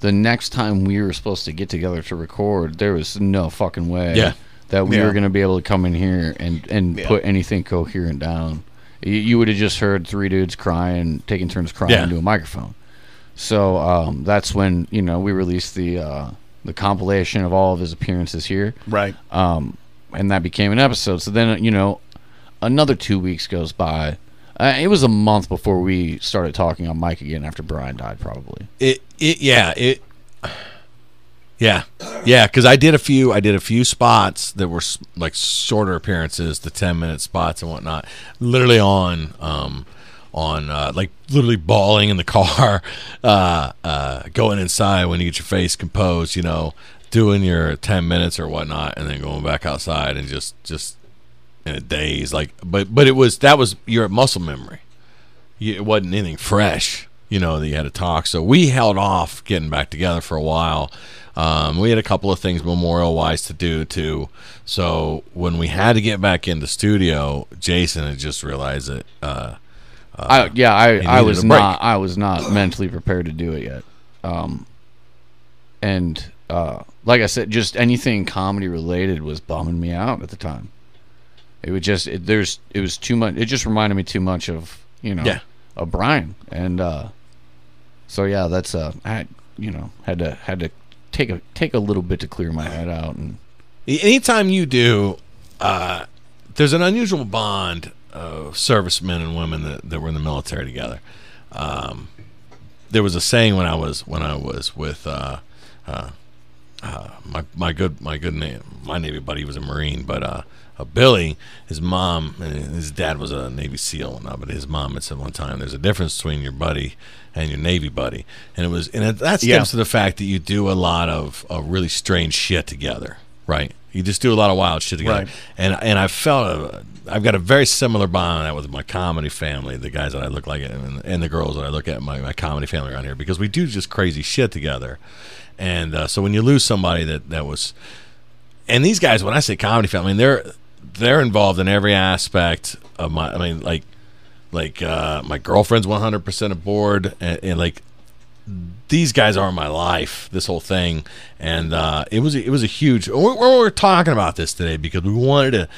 [SPEAKER 7] the next time we were supposed to get together to record, there was no fucking way
[SPEAKER 2] Yeah.
[SPEAKER 7] that we
[SPEAKER 4] Yeah.
[SPEAKER 7] were going to be able to come in here and and put anything coherent down. You, you would have just heard three dudes crying, taking turns crying
[SPEAKER 2] Yeah.
[SPEAKER 7] into a microphone. So um, that's when you know we released the uh, the compilation of all of his appearances here
[SPEAKER 4] Right.
[SPEAKER 7] and that became an episode. So then, you know, another two weeks goes by. Uh, it was a month before we started talking on Mike again after Brian died, probably.
[SPEAKER 2] it it yeah it yeah yeah because i did a few i did a few spots that were s- like shorter appearances the 10 minute spots and whatnot literally on um on uh, like literally bawling in the (laughs) car uh uh going inside when you get your face composed you know doing your 10 minutes or whatnot and then going back outside and just just in a daze like but but it was that was your muscle memory you- it wasn't anything fresh, you know, that you had to talk. So we held off getting back together for a while. Um, we had a couple of things memorial wise to do too. So when we had to get back into studio, Jason had just realized that uh,
[SPEAKER 7] I, yeah, I, I
[SPEAKER 2] needed
[SPEAKER 7] was
[SPEAKER 2] a break.
[SPEAKER 7] not I was not mentally prepared to do it yet. Um, and uh, like I said, just anything comedy related was bumming me out at the time. It would just it, there's it was too much. It just reminded me too much of you know
[SPEAKER 2] Yeah.
[SPEAKER 7] of Brian and uh, so yeah, that's uh I you know had to had to take a take a little bit to clear my head out and
[SPEAKER 2] anytime you do, uh, there's an unusual bond of servicemen and women that, that were in the military together. Um, there was a saying when I was when I was with uh, uh, uh, my my good my good name my navy buddy was a marine, but uh, uh, Billy, his mom and his dad was a Navy SEAL and all, but his mom had said one time there's a difference between your buddy and your Navy buddy, and it was and it, that stems
[SPEAKER 4] Yeah.
[SPEAKER 2] to the fact that you do a lot of, of really strange shit together, right? You just do a lot of wild shit together,
[SPEAKER 4] Right.
[SPEAKER 2] and and I felt a, I've got a very similar bond that with my comedy family, the guys that I look like, and, and the girls that I look at my, my comedy family around here because we do just crazy shit together, and uh, so when you lose somebody that that was, and these guys, when I say comedy family, I mean, they're they're involved in every aspect of my, I mean like like uh, my girlfriend's 100 percent aboard, and, and like these guys are my life. This whole thing, and uh, it was it was a huge. We, we were talking about this today because we wanted to.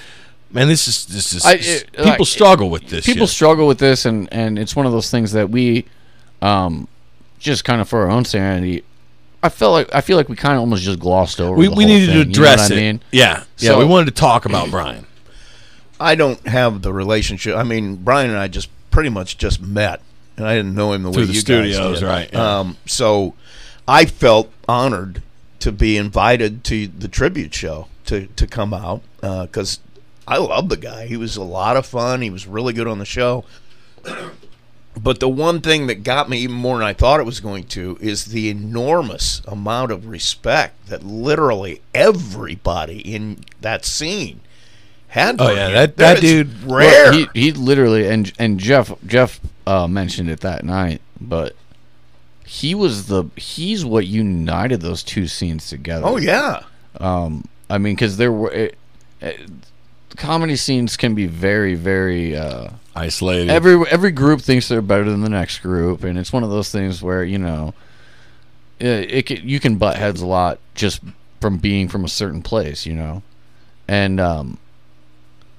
[SPEAKER 2] Man, this is this is
[SPEAKER 7] I- it-
[SPEAKER 2] people
[SPEAKER 7] like,
[SPEAKER 2] struggle with this.
[SPEAKER 7] people
[SPEAKER 2] shit.
[SPEAKER 7] struggle with this and and it's one of those things that we um just kind of for our own sanity i felt like i feel like we kind of almost just glossed over
[SPEAKER 2] we,
[SPEAKER 7] the
[SPEAKER 2] we
[SPEAKER 7] whole
[SPEAKER 2] needed
[SPEAKER 7] thing,
[SPEAKER 2] to
[SPEAKER 7] you know
[SPEAKER 2] address
[SPEAKER 7] what
[SPEAKER 2] it.
[SPEAKER 7] i mean
[SPEAKER 2] Yeah, yeah.
[SPEAKER 7] So-
[SPEAKER 2] we wanted to talk about Brian.
[SPEAKER 4] I don't have the relationship. I mean, Brian and I just pretty much just met, and I didn't know him the
[SPEAKER 2] Through
[SPEAKER 4] way
[SPEAKER 2] the
[SPEAKER 4] you guys
[SPEAKER 2] studios,
[SPEAKER 4] did.
[SPEAKER 2] right, yeah.
[SPEAKER 4] Um, so I felt honored to be invited to the tribute show to to come out because I love the guy. He was a lot of fun. He was really good on the show. But the one thing that got me even more than I thought it was going to is the enormous amount of respect that literally everybody in that scene had.
[SPEAKER 2] Oh,
[SPEAKER 4] for
[SPEAKER 2] yeah,
[SPEAKER 4] him.
[SPEAKER 2] that- that
[SPEAKER 4] is
[SPEAKER 2] dude-
[SPEAKER 4] rare.
[SPEAKER 7] he, he literally and and jeff jeff uh mentioned it that night but he was the he's what united those two scenes together
[SPEAKER 4] oh yeah,
[SPEAKER 7] I mean, because there were it, it, comedy scenes can be very, very. Uh,
[SPEAKER 2] Isolated.
[SPEAKER 7] every every group thinks they're better than the next group, and it's one of those things where you know, it, it can, you can butt heads a lot just from being from a certain place, you know. And um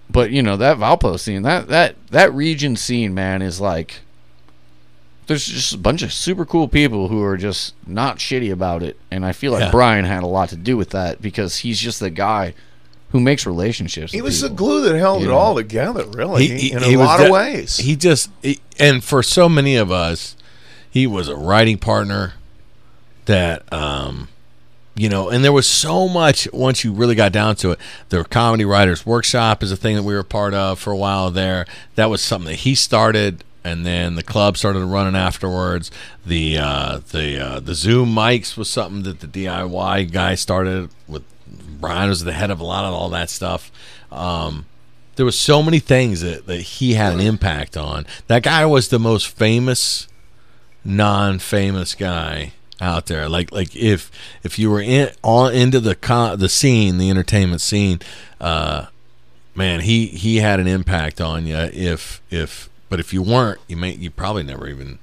[SPEAKER 7] but you know, that Valpo scene, that that that region scene, man, is like there's just a bunch of super cool people who are just not shitty about it. And I feel like
[SPEAKER 2] Yeah.
[SPEAKER 7] Brian had a lot to do with that because he's just the guy who makes relationships.
[SPEAKER 4] He
[SPEAKER 7] with
[SPEAKER 4] was the
[SPEAKER 7] people.
[SPEAKER 4] glue that held it
[SPEAKER 7] Yeah.
[SPEAKER 4] all together, really, in a
[SPEAKER 2] was
[SPEAKER 4] lot
[SPEAKER 2] de-
[SPEAKER 4] of ways.
[SPEAKER 2] He just he, and for so many of us, he was a writing partner that um you know, and there was so much once you really got down to it. The comedy writers workshop is a thing that we were a part of for a while there. That was something that he started and then the club started running afterwards. The uh the uh the Zoom mics was something that the DIY guy started with Brian was the head of a lot of all that stuff. Um there was so many things that, that he had an impact on. That guy was the most famous non-famous guy out there. Like like if if you were in all into the con, the scene, the entertainment scene, uh, man, he he had an impact on you. If if but if you weren't, you may you probably never even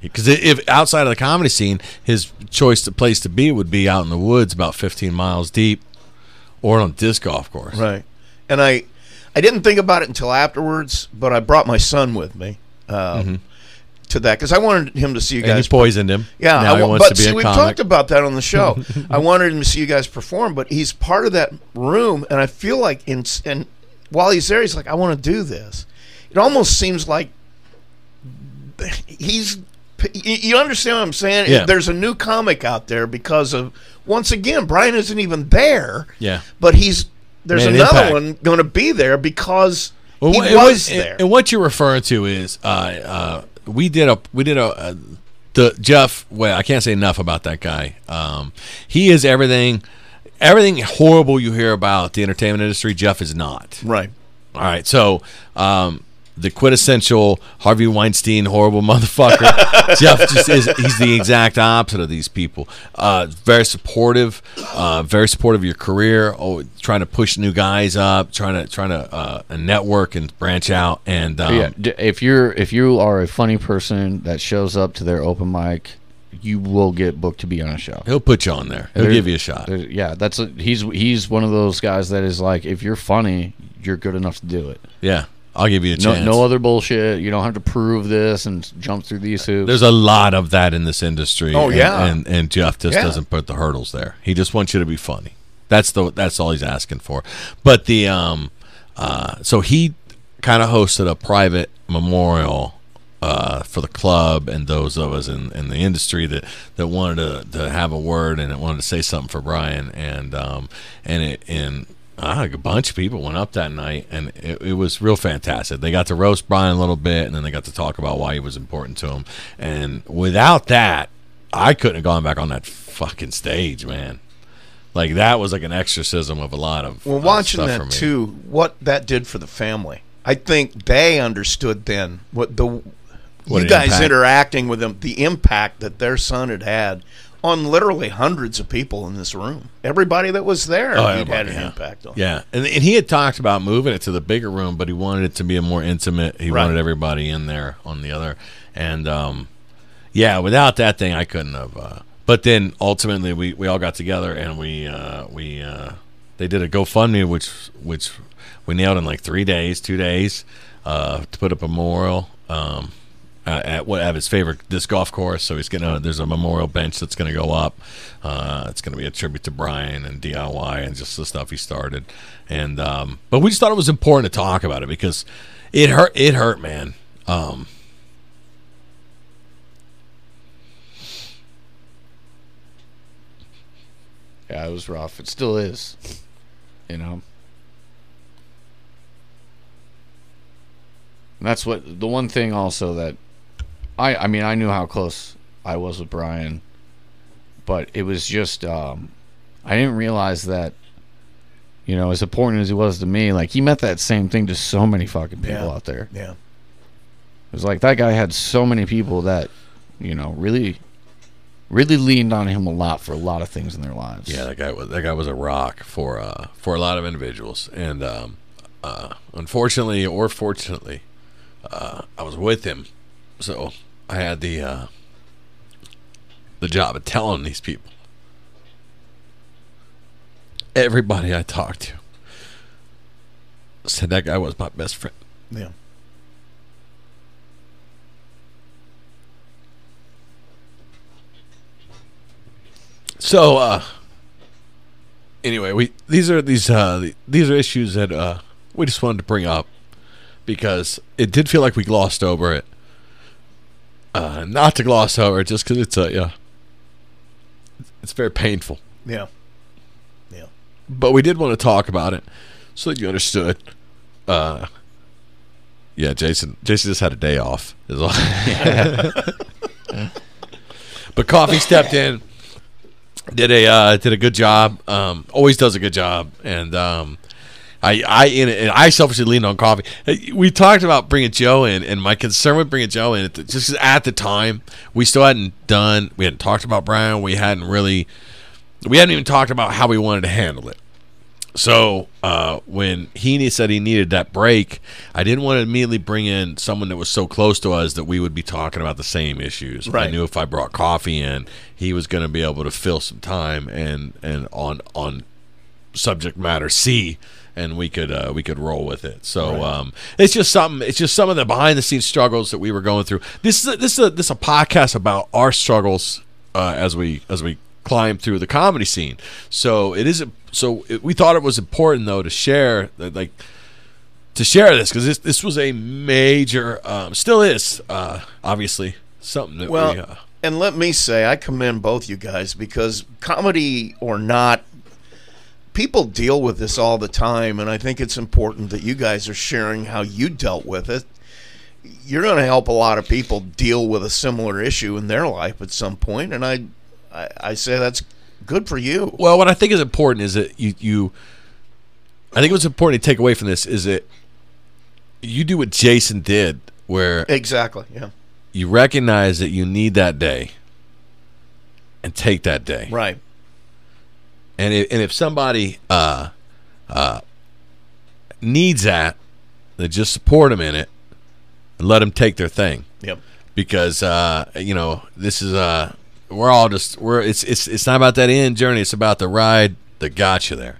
[SPEAKER 2] because if outside of the comedy scene, his choice to place to be would be out in the woods, about fifteen miles deep, or on a disc golf course.
[SPEAKER 4] Right. And I, I didn't think about it until afterwards, but I brought my son with me um, to that because I wanted him to see you
[SPEAKER 2] Mm-hmm. And
[SPEAKER 4] guys.
[SPEAKER 2] he poisoned him.
[SPEAKER 4] yeah,
[SPEAKER 2] now
[SPEAKER 4] I
[SPEAKER 2] he
[SPEAKER 4] wa-
[SPEAKER 2] wants
[SPEAKER 4] but
[SPEAKER 2] to be
[SPEAKER 4] see,
[SPEAKER 2] a
[SPEAKER 4] we've
[SPEAKER 2] comic.
[SPEAKER 4] talked about that on
[SPEAKER 2] (laughs)
[SPEAKER 4] the show. I wanted him to see you guys perform, but he's part of that room, and I feel like, in, and while he's there, he's like, I want to do this. It almost seems like (laughs) he's. You you understand what I'm saying?
[SPEAKER 2] Yeah.
[SPEAKER 4] There's a new comic out there because of once again Brian isn't even there
[SPEAKER 2] yeah.
[SPEAKER 4] but he's there's
[SPEAKER 2] Made an
[SPEAKER 4] another
[SPEAKER 2] impact.
[SPEAKER 4] one going to be there because
[SPEAKER 2] Well,
[SPEAKER 4] he
[SPEAKER 2] wha-
[SPEAKER 4] was,
[SPEAKER 2] and what-
[SPEAKER 4] there.
[SPEAKER 2] And what you're referring to is uh, uh, we did a we did a, uh the Jeff. Well, I can't say enough about that guy. Um, he is everything. Everything horrible you hear about the entertainment industry, Jeff is not.
[SPEAKER 4] right.
[SPEAKER 2] All right, so um, the quintessential Harvey Weinstein horrible (laughs) motherfucker. Jeff just is he's the exact opposite of these people. Uh, very supportive, uh, very supportive of your career. Oh, trying to push new guys up, trying to trying to uh, network and branch out. And um,
[SPEAKER 7] yeah, d- if you're if you are a funny person that shows up to their open mic, you will get booked to be on a show.
[SPEAKER 2] he'll put you on there. He'll
[SPEAKER 7] There-
[SPEAKER 2] give you a shot.
[SPEAKER 7] there- yeah, that's a, he's he's one of those guys that is like, if you're funny, you're good enough to do it.
[SPEAKER 2] Yeah, I'll give you a
[SPEAKER 7] No,
[SPEAKER 2] chance.
[SPEAKER 7] no other bullshit. You don't have to prove this and s- jump through these hoops.
[SPEAKER 2] There's a lot of that in this industry.
[SPEAKER 4] Oh,
[SPEAKER 2] and-
[SPEAKER 4] yeah.
[SPEAKER 2] and and Jeff just
[SPEAKER 4] Yeah.
[SPEAKER 2] doesn't put the hurdles there. He just wants you to be funny. That's the that's all he's asking for. But the um, uh, so he kind of hosted a private memorial. Uh, for the club and those of us in, in the industry that, that wanted to, to have a word and that wanted to say something for Brian and um, and it and uh, a bunch of people went up that night and it, it was real fantastic. They got to roast Brian a little bit and then they got to talk about why he was important to him. And without that, I couldn't have gone back on that fucking stage, man. Like that was like an exorcism of a lot of
[SPEAKER 4] Well,
[SPEAKER 2] uh,
[SPEAKER 4] watching
[SPEAKER 2] stuff for
[SPEAKER 4] that
[SPEAKER 2] me.
[SPEAKER 4] too, what that did for the family. I think they understood then what the
[SPEAKER 2] What
[SPEAKER 4] you
[SPEAKER 2] an
[SPEAKER 4] guys
[SPEAKER 2] impact.
[SPEAKER 4] interacting with them, the impact that their son had had on literally hundreds of people in this room. Everybody that was there
[SPEAKER 2] Oh,
[SPEAKER 4] he'd
[SPEAKER 2] everybody,
[SPEAKER 4] had an
[SPEAKER 2] yeah.
[SPEAKER 4] impact on.
[SPEAKER 2] Yeah, and and he had talked about moving it to the bigger room, but he wanted it to be a more intimate. He
[SPEAKER 4] Right.
[SPEAKER 2] wanted everybody in there on the other, and um, yeah, without that thing, I couldn't have. Uh, but then ultimately, we, we all got together and we uh, we uh, they did a GoFundMe, which which we nailed in like three days, two days, uh, to put up a memorial. Um, uh, at what at his favorite disc golf course. So he's gonna there's a memorial bench that's gonna go up. Uh, it's gonna be a tribute to Brian and DIY and just the stuff he started. And um, but we just thought it was important to talk about it because it hurt. It hurt, man. Um,
[SPEAKER 7] yeah, it was rough. It still is. You know. And that's what the one thing also that I I mean I knew how close I was with Brian, but it was just um, I didn't realize that you know as important as he was to me, like he meant that same thing to so many fucking people
[SPEAKER 4] Yeah.
[SPEAKER 7] out there.
[SPEAKER 4] Yeah.
[SPEAKER 7] It was like that guy had so many people that, you know, really, really leaned on him a lot for a lot of things in their lives.
[SPEAKER 2] yeah, that guy was that guy was a rock for uh, for a lot of individuals. And um, uh, unfortunately or fortunately, uh, I was with him, so I had the uh, the job of telling these people. everybody I talked to said that guy was my best friend.
[SPEAKER 4] Yeah.
[SPEAKER 2] So uh anyway, we these are these uh these are issues that uh we just wanted to bring up because it did feel like we glossed over it. Uh not to gloss over it just cuz it's a yeah. It's very painful.
[SPEAKER 4] Yeah.
[SPEAKER 2] But we did want to talk about it so that you understood. Uh Yeah, Jason Jason just had a day off is all. (laughs) but coffee stepped in did a uh, did a good job. Um, always does a good job, and um, I I in and I selfishly leaned on coffee. Hey, We talked about bringing Joe in, and my concern with bringing Joe in at the- just at the time we still hadn't done we hadn't talked about Brian. We hadn't really we hadn't even talked about how we wanted to handle it. So uh, when he said he needed that break, I didn't want to immediately bring in someone that was so close to us that we would be talking about the same issues. I
[SPEAKER 4] Right.
[SPEAKER 2] knew if I brought coffee in, he was going to be able to fill some time and and on on subject matter C, and we could uh, we could roll with it. So um, it's just something. It's just some of the behind the scenes struggles that we were going through. This is a, this is a, this is a podcast about our struggles uh, as we as we climb through the comedy scene. So it is. So it, we thought it was important though to share that like to share this because this this was a major um, still is uh, obviously something that
[SPEAKER 4] Well,
[SPEAKER 2] we. Uh,
[SPEAKER 4] and let me say, I commend both you guys because comedy or not, people deal with this all the time, and I think it's important that you guys are sharing how you dealt with it. You're going to help a lot of people deal with a similar issue in their life at some point, and I, I, I say that's good for you.
[SPEAKER 2] Well, what I think is important is that you you. I think what's important to take away from this is that you do what Jason did, where
[SPEAKER 4] Exactly. Yeah.
[SPEAKER 2] you recognize that you need that day, and take that day.
[SPEAKER 4] Right.
[SPEAKER 2] And if, and if somebody uh, uh, needs that, then just support them in it, and let them take their thing
[SPEAKER 4] Yep.
[SPEAKER 2] because uh, you know this is uh, we're all just we're it's it's it's not about that end journey. It's about the ride that got you there.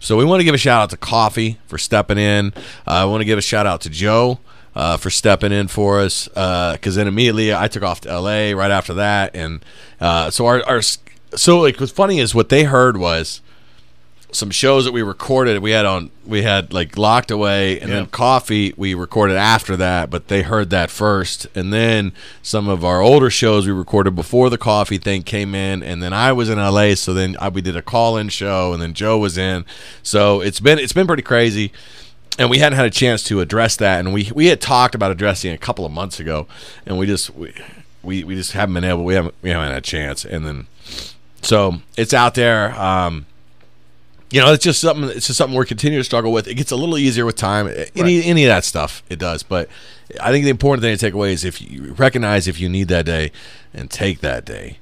[SPEAKER 2] So we want to give a shout out to Coffee for stepping in. Uh, I want to give a shout out to Joe. Uh, for stepping in for us, because then immediately I took off to LA right after that, and uh, so our, our so like what's funny is what they heard was some shows that we recorded we had on we had like locked away and then coffee we recorded after that but they heard that first and then some of our older shows we recorded before the coffee thing came in and then i was in la so then I, we did a call-in show and then joe was in so it's been it's been pretty crazy and we hadn't had a chance to address that and we we had talked about addressing it a couple of months ago and we just we, we, we just haven't been able we haven't we haven't had a chance and then so it's out there um you know, it's just something. It's just something we're continuing to struggle with. It gets a little easier with time. Any any of that stuff, it does. But I think the important thing to take away is if you recognize if you need that day, and take that day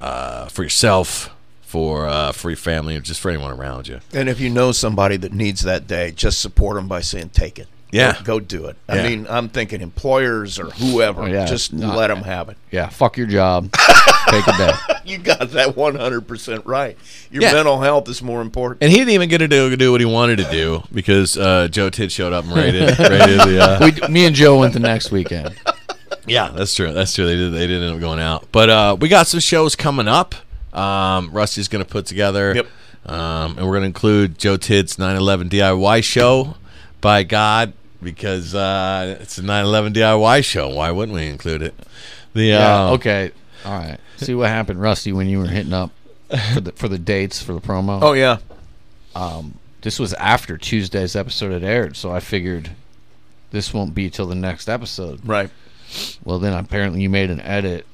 [SPEAKER 2] uh, for yourself, for uh, for your family, or just for anyone around you.
[SPEAKER 4] And if you know somebody that needs that day, just support them by saying, "Take it."
[SPEAKER 2] Yeah.
[SPEAKER 4] Go, go do it.
[SPEAKER 2] Yeah.
[SPEAKER 4] I mean, I'm thinking employers or whoever.
[SPEAKER 7] Oh, yeah.
[SPEAKER 4] Just
[SPEAKER 7] No.
[SPEAKER 4] let them have it. (laughs)
[SPEAKER 7] Yeah, fuck your job. (laughs) Take a day.
[SPEAKER 4] You got that 100% right. Your
[SPEAKER 2] Yeah.
[SPEAKER 4] mental health is more important.
[SPEAKER 2] And he didn't even get to do, do what he wanted to do because uh, Joe Tid showed up and (laughs) raided, raided the. Uh,
[SPEAKER 7] We, d- me and Joe went the next weekend.
[SPEAKER 2] Yeah, that's true. That's true. They did. They did end up going out, but uh, we got some shows coming up. Um, Rusty's going to put together.
[SPEAKER 4] Yep.
[SPEAKER 2] Um, and we're going to include Joe Tid's 911 DIY show. By God, because uh, it's a 911 DIY show. Why wouldn't we include it? The
[SPEAKER 7] Yeah.
[SPEAKER 2] uh,
[SPEAKER 7] okay. All right. See what happened, Rusty, when you were hitting up for the, for the dates for the promo.
[SPEAKER 4] Oh, yeah.
[SPEAKER 7] this was after Tuesday's episode had aired, so I figured this won't be till the next episode.
[SPEAKER 4] Right.
[SPEAKER 7] Well, then apparently you made an edit.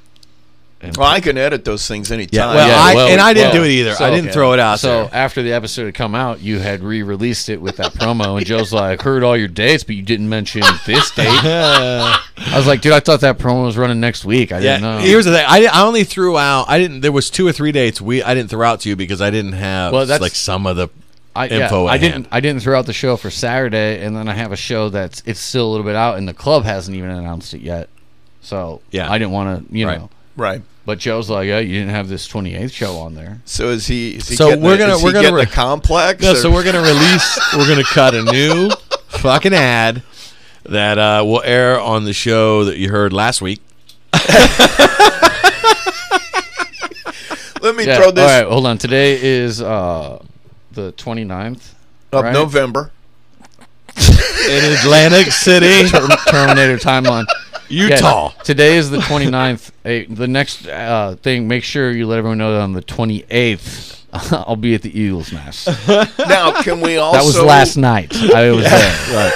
[SPEAKER 7] And
[SPEAKER 4] Well, I can edit those things anytime.
[SPEAKER 2] Yeah. Well,
[SPEAKER 7] Yeah,
[SPEAKER 2] I,
[SPEAKER 7] well,
[SPEAKER 2] and I didn't
[SPEAKER 7] well,
[SPEAKER 2] do it either.
[SPEAKER 7] so-
[SPEAKER 2] I didn't throw it out.
[SPEAKER 7] so
[SPEAKER 2] there.
[SPEAKER 7] after the episode had come out, you had re-released it with that promo, and Joe's like, "Heard all your dates, but you didn't mention this date." I was like, "Dude, I thought that promo was running next week. I didn't know."
[SPEAKER 2] Here's the thing. I, I only threw out. I didn't. There was two or three dates. We I didn't throw out to you because I didn't have
[SPEAKER 7] Well, that's-
[SPEAKER 2] like some of the
[SPEAKER 7] I, yeah,
[SPEAKER 2] info at
[SPEAKER 7] I
[SPEAKER 2] hand.
[SPEAKER 7] didn't. I didn't throw out the show for Saturday, and then I have a show that's it's still a little bit out, and the club hasn't even announced it yet. So
[SPEAKER 2] Yeah.
[SPEAKER 7] I didn't want to, you
[SPEAKER 2] Right.
[SPEAKER 7] know.
[SPEAKER 4] Right.
[SPEAKER 7] But Joe's like, oh, you didn't have this 28th show on there.
[SPEAKER 4] So is he? Is he
[SPEAKER 2] So
[SPEAKER 4] getting
[SPEAKER 2] we're
[SPEAKER 4] a-
[SPEAKER 2] gonna-
[SPEAKER 4] is he
[SPEAKER 2] we're gonna
[SPEAKER 4] getting
[SPEAKER 2] re-
[SPEAKER 4] a complex.
[SPEAKER 2] No,
[SPEAKER 4] or-
[SPEAKER 2] so we're gonna
[SPEAKER 4] (laughs)
[SPEAKER 2] release. We're gonna cut a new fucking ad that uh, will air on the show that you heard last week.
[SPEAKER 4] let me
[SPEAKER 7] Yeah.
[SPEAKER 4] throw this
[SPEAKER 7] All right, hold on. Today is uh, the 29th.
[SPEAKER 4] up
[SPEAKER 2] (laughs)
[SPEAKER 7] right?
[SPEAKER 4] November.
[SPEAKER 2] in Atlantic
[SPEAKER 4] (laughs)
[SPEAKER 2] City,
[SPEAKER 7] Term- Terminator timeline. Yeah,
[SPEAKER 2] Utah.
[SPEAKER 7] today is the 29th. (laughs) Hey, the next uh, thing, make sure you let everyone know that on the 28th, (laughs) I'll be at the Eagles Nest. That
[SPEAKER 4] Now, can we also
[SPEAKER 7] was last night. I
[SPEAKER 2] (laughs)
[SPEAKER 7] was there.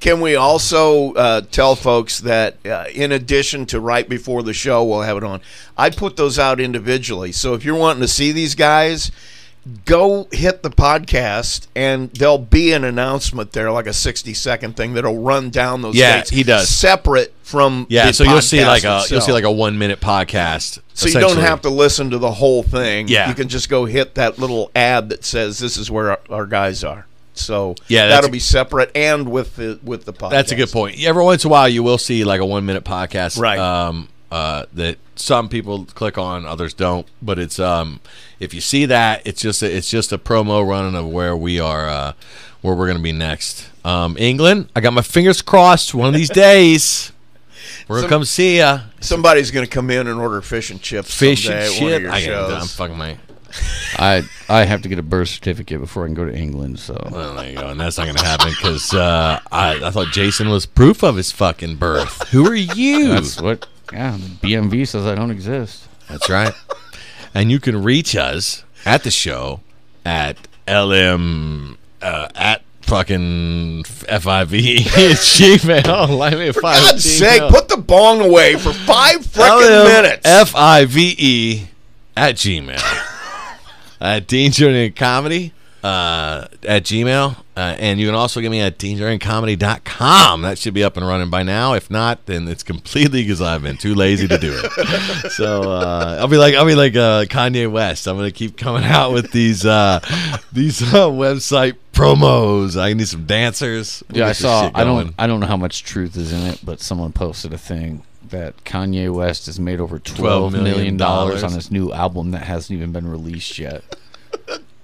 [SPEAKER 4] Can we also uh, tell folks that uh, in addition to right before the show, we'll have it on? I put those out individually. So if you're wanting to see these guys, go hit the podcast and there'll be an announcement there, like a 60 second thing that'll run down those
[SPEAKER 2] Yeah,
[SPEAKER 4] dates
[SPEAKER 2] he does.
[SPEAKER 4] Separate from
[SPEAKER 2] Yeah,
[SPEAKER 4] the
[SPEAKER 2] so you'll see
[SPEAKER 4] podcast
[SPEAKER 2] like a you'll
[SPEAKER 4] itself.
[SPEAKER 2] see like a one minute podcast.
[SPEAKER 4] So you don't
[SPEAKER 2] essentially.
[SPEAKER 4] have to listen to the whole thing.
[SPEAKER 2] Yeah.
[SPEAKER 4] You can just go hit that little ad that says this is where our, our guys are. So
[SPEAKER 2] Yeah, that's
[SPEAKER 4] that'll
[SPEAKER 2] a-
[SPEAKER 4] be separate and with the with the podcast.
[SPEAKER 2] That's a good point. Every once in a while, you will see like a one minute podcast,
[SPEAKER 4] Right.
[SPEAKER 2] Um, uh, that some people click on, others don't. But it's um, if you see that, it's just a, it's just a promo running of where we are, uh, where we're gonna be next. Um, England, I got my fingers crossed. One of these days, we're gonna
[SPEAKER 4] Some-
[SPEAKER 2] come see ya.
[SPEAKER 4] Somebody's going to come in and order fish and chips.
[SPEAKER 2] Fish
[SPEAKER 4] someday
[SPEAKER 2] and
[SPEAKER 4] at one of
[SPEAKER 2] shit.
[SPEAKER 4] your
[SPEAKER 2] I
[SPEAKER 4] shows.
[SPEAKER 2] got, I'm fucking my.
[SPEAKER 7] I, I have to get a birth certificate before I can go to England. So uh,
[SPEAKER 2] Well, oh, there you go, and that's not gonna happen because uh, I, I thought Jason was proof of his fucking birth. Who are you?
[SPEAKER 7] that's what, yeah, the BMV says I don't exist.
[SPEAKER 2] That's right. and you can reach us at the show at lm uh, at fucking fiv E, (laughs) gmail. (laughs) Live at five.
[SPEAKER 4] God's sake, put the bong away for five freaking minutes.
[SPEAKER 2] F-I-V-E E at Gmail. at Dean Junior Comedy uh, at Gmail. Uh, and you can also get me at DeanJourneyComedy.com. That should be up and running by now. If not, then it's completely because I've been too lazy to do it. so uh, I'll be like I'll be like uh, Kanye West. I'm gonna keep coming out with these uh, these uh, website promos. I need some dancers. We'll
[SPEAKER 7] yeah, I
[SPEAKER 2] get this
[SPEAKER 7] saw.
[SPEAKER 2] shit
[SPEAKER 7] I
[SPEAKER 2] going.
[SPEAKER 7] don't. I don't know how much truth is in it, but someone posted a thing that Kanye West has made over twelve million dollars on his new album that hasn't even been released yet.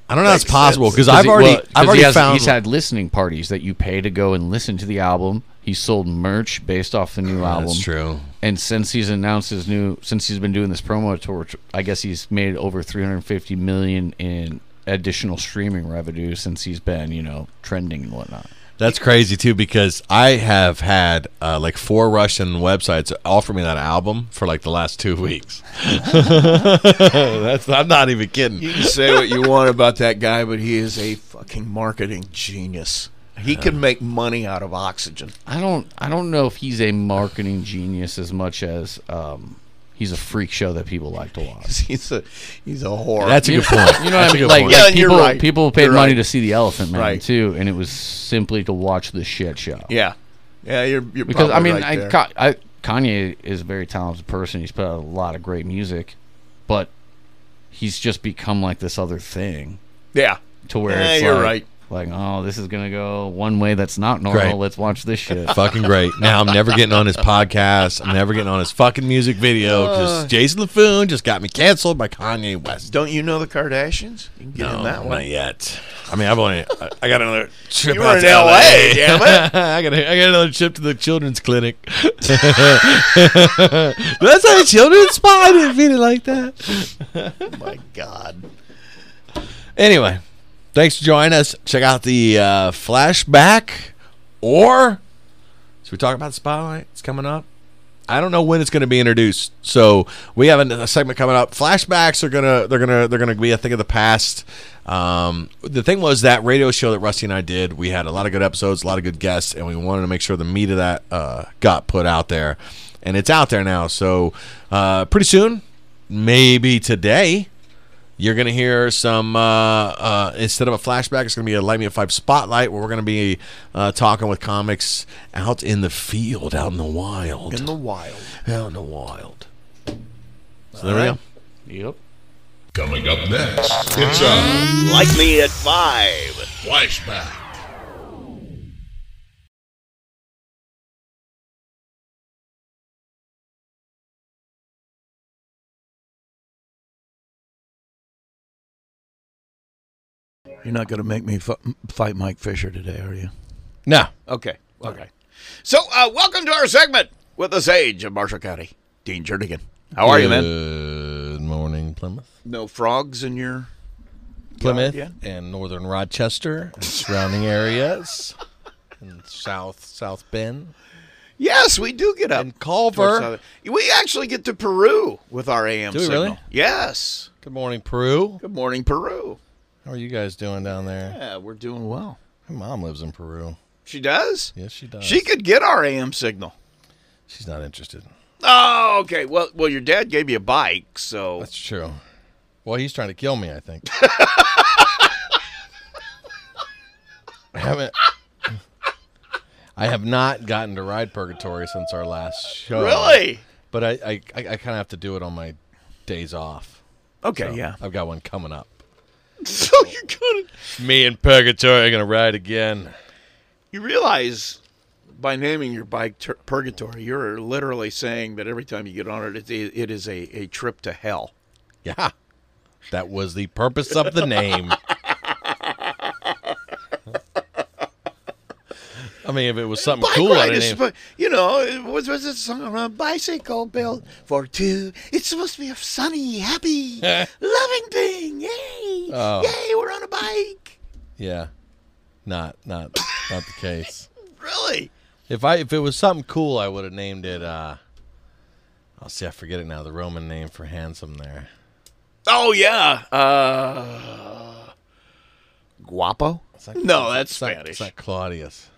[SPEAKER 2] I don't know. how It's possible because
[SPEAKER 7] Because
[SPEAKER 2] I've
[SPEAKER 7] he-
[SPEAKER 2] already
[SPEAKER 7] well,
[SPEAKER 2] I've
[SPEAKER 7] 'cause
[SPEAKER 2] already
[SPEAKER 7] he has,
[SPEAKER 2] found
[SPEAKER 7] He's had listening parties that you pay to go and listen to the album. He sold merch based off the new album.
[SPEAKER 2] that's true.
[SPEAKER 7] And since he's announced his new, since he's been doing this promo tour, which I guess he's made over 350 million in additional streaming revenue since he's been, you know, trending and whatnot.
[SPEAKER 2] That's crazy too because I have had uh, like four Russian websites offer me that album for like the last two weeks. (laughs) That's I'm not even kidding.
[SPEAKER 4] you can say what you want about that guy, but he is a fucking marketing genius. He can make money out of oxygen. (laughs)
[SPEAKER 7] I don't, I don't know if he's a marketing genius as much as um, he's a freak show that people like to watch.
[SPEAKER 4] He's a he's a whore.
[SPEAKER 2] That's a good
[SPEAKER 7] (laughs)
[SPEAKER 2] point.
[SPEAKER 7] You know what
[SPEAKER 2] That's
[SPEAKER 7] I
[SPEAKER 2] a
[SPEAKER 7] mean?
[SPEAKER 2] good
[SPEAKER 7] Like,
[SPEAKER 2] point.
[SPEAKER 7] like
[SPEAKER 4] Yeah, you're
[SPEAKER 7] people,
[SPEAKER 4] right.
[SPEAKER 7] people paid
[SPEAKER 4] You're
[SPEAKER 7] money
[SPEAKER 4] right.
[SPEAKER 7] to see the Elephant Man
[SPEAKER 4] Right.
[SPEAKER 7] too, and it was simply to watch the shit show.
[SPEAKER 4] yeah, yeah. You're you're
[SPEAKER 7] because I
[SPEAKER 4] probably
[SPEAKER 7] mean,
[SPEAKER 4] right
[SPEAKER 7] I,
[SPEAKER 4] there.
[SPEAKER 7] Ka- I Kanye is a very talented person. He's put out a lot of great music, but he's just become like this other thing
[SPEAKER 4] yeah.
[SPEAKER 7] to where
[SPEAKER 4] Yeah,
[SPEAKER 7] it's
[SPEAKER 4] you're
[SPEAKER 7] like,
[SPEAKER 4] right.
[SPEAKER 7] like, oh, this is gonna go one way that's not normal.
[SPEAKER 2] Great.
[SPEAKER 7] Let's watch this shit.
[SPEAKER 2] Fucking great. Now I'm never getting on his podcast. I'm never getting on his fucking music video because Jason LaFoon just got me canceled by Kanye West.
[SPEAKER 4] Don't you know the Kardashians? You can get in that
[SPEAKER 2] not
[SPEAKER 4] one.
[SPEAKER 2] yet. I mean, I've only I- I got another trip.
[SPEAKER 4] You
[SPEAKER 2] out
[SPEAKER 4] were in
[SPEAKER 2] to
[SPEAKER 4] L.A. Damn
[SPEAKER 2] (laughs)
[SPEAKER 4] it!
[SPEAKER 2] I got I got another trip to the children's clinic. (laughs) That's not a children's spot. I didn't mean it like that.
[SPEAKER 4] My God.
[SPEAKER 2] Anyway, thanks for joining us. Check out the uh, flashback, or should we talk about the spotlight? It's coming up. I don't know when it's going to be introduced. So we have a, a segment coming up. Flashbacks are gonna they're gonna they're gonna be a thing of the past. Um, the thing was that radio show that Rusty and I did. We had a lot of good episodes, a lot of good guests, and we wanted to make sure the meat of that uh, got put out there, and it's out there now. So uh, pretty soon, maybe today, you're gonna hear some uh, uh, instead of a flashback, it's gonna be a Light Me at Five spotlight where we're gonna be uh, talking with comics out in the field, out in the wild,
[SPEAKER 4] In the wild.
[SPEAKER 2] out in the wild. So there we
[SPEAKER 4] Alright.
[SPEAKER 2] go.
[SPEAKER 7] yep.
[SPEAKER 6] Coming up next, it's a
[SPEAKER 1] Like me at five.
[SPEAKER 6] flashback.
[SPEAKER 4] You're not going to make me f- fight Mike Fisher today, are you?
[SPEAKER 8] No.
[SPEAKER 4] Okay. Okay. So, uh, welcome to our segment with the Sage of Marshall County, Dean Jernigan. How are you, man?
[SPEAKER 2] Good morning, Plymouth.
[SPEAKER 4] No frogs in your.
[SPEAKER 2] Plymouth
[SPEAKER 4] yeah.
[SPEAKER 2] and northern Rochester and surrounding areas. And south, South Bend.
[SPEAKER 4] Yes, we do get up.
[SPEAKER 2] And Culver.
[SPEAKER 4] towards southern- We actually get to Peru with our AM
[SPEAKER 2] Do we
[SPEAKER 4] signal.
[SPEAKER 2] really?
[SPEAKER 4] Yes.
[SPEAKER 2] Good morning, Peru.
[SPEAKER 4] Good morning, Peru.
[SPEAKER 2] How are you guys doing down there?
[SPEAKER 4] Yeah, we're doing well.
[SPEAKER 2] My mom lives in Peru.
[SPEAKER 4] She does?
[SPEAKER 2] Yes, she does.
[SPEAKER 4] She could get our AM signal.
[SPEAKER 2] She's not interested.
[SPEAKER 4] Oh, okay. Well, well, your dad gave you a bike, so
[SPEAKER 2] That's true. Well, he's trying to kill me, I
[SPEAKER 4] (laughs)
[SPEAKER 2] think. I haven't. I have not gotten to ride Purgatory since our last show.
[SPEAKER 4] really
[SPEAKER 2] But I, I, I kind of have to do it on my days off.
[SPEAKER 4] okay.
[SPEAKER 2] So
[SPEAKER 4] yeah. (laughs)
[SPEAKER 2] I've got one coming up.
[SPEAKER 4] So you're gonna.
[SPEAKER 2] Me and Purgatory are going to ride again.
[SPEAKER 4] You realize by naming your bike tur Purgatory, you're literally saying that every time you get on it, it, it is a, a trip to hell.
[SPEAKER 2] Yeah. That was the purpose of the name. I mean, if it was something
[SPEAKER 4] Bike
[SPEAKER 2] cool, I
[SPEAKER 4] ride
[SPEAKER 2] didn't
[SPEAKER 4] is,
[SPEAKER 2] even-
[SPEAKER 4] supposed- you know, it was was a song on a bicycle built for two. It's supposed to be a sunny,
[SPEAKER 2] (laughs)
[SPEAKER 4] happy, loving thing. Yay!
[SPEAKER 2] Oh.
[SPEAKER 4] Yay! We're on a bike.
[SPEAKER 2] Yeah. Not not not the case.
[SPEAKER 4] Really?
[SPEAKER 2] If I if it was something cool I would have named it uh I'll see I forget it now, the Roman name for handsome there.
[SPEAKER 4] Oh yeah. Uh, guapo.
[SPEAKER 2] It's like-
[SPEAKER 4] No,
[SPEAKER 2] it's-
[SPEAKER 4] that's
[SPEAKER 2] it's like-
[SPEAKER 4] Spanish.
[SPEAKER 2] It's like Claudius.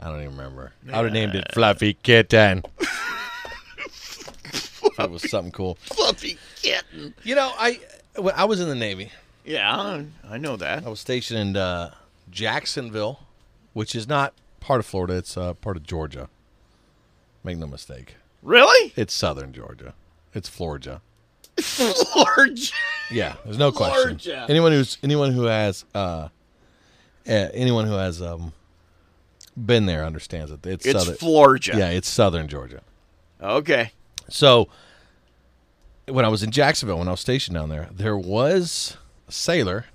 [SPEAKER 2] I don't even remember. I would have named it Fluffy Kitten. if it was something cool.
[SPEAKER 4] Fluffy kitten.
[SPEAKER 2] You know, I when I was in the Navy.
[SPEAKER 4] Yeah, I- I know that.
[SPEAKER 2] I was stationed in uh, Jacksonville, which is not part of Florida, it's uh, part of Georgia. Make no mistake.
[SPEAKER 4] Really?
[SPEAKER 2] It's southern Georgia. It's Florida.
[SPEAKER 4] Large.
[SPEAKER 2] Yeah, there's no question.
[SPEAKER 4] Florida.
[SPEAKER 2] Anyone who's anyone who has uh, uh anyone who has um been there understands it. It's,
[SPEAKER 4] It's
[SPEAKER 2] southern.
[SPEAKER 4] Florida.
[SPEAKER 2] yeah, it's southern Georgia.
[SPEAKER 4] Okay.
[SPEAKER 2] So when I was in Jacksonville, when I was stationed down there, there was a sailor,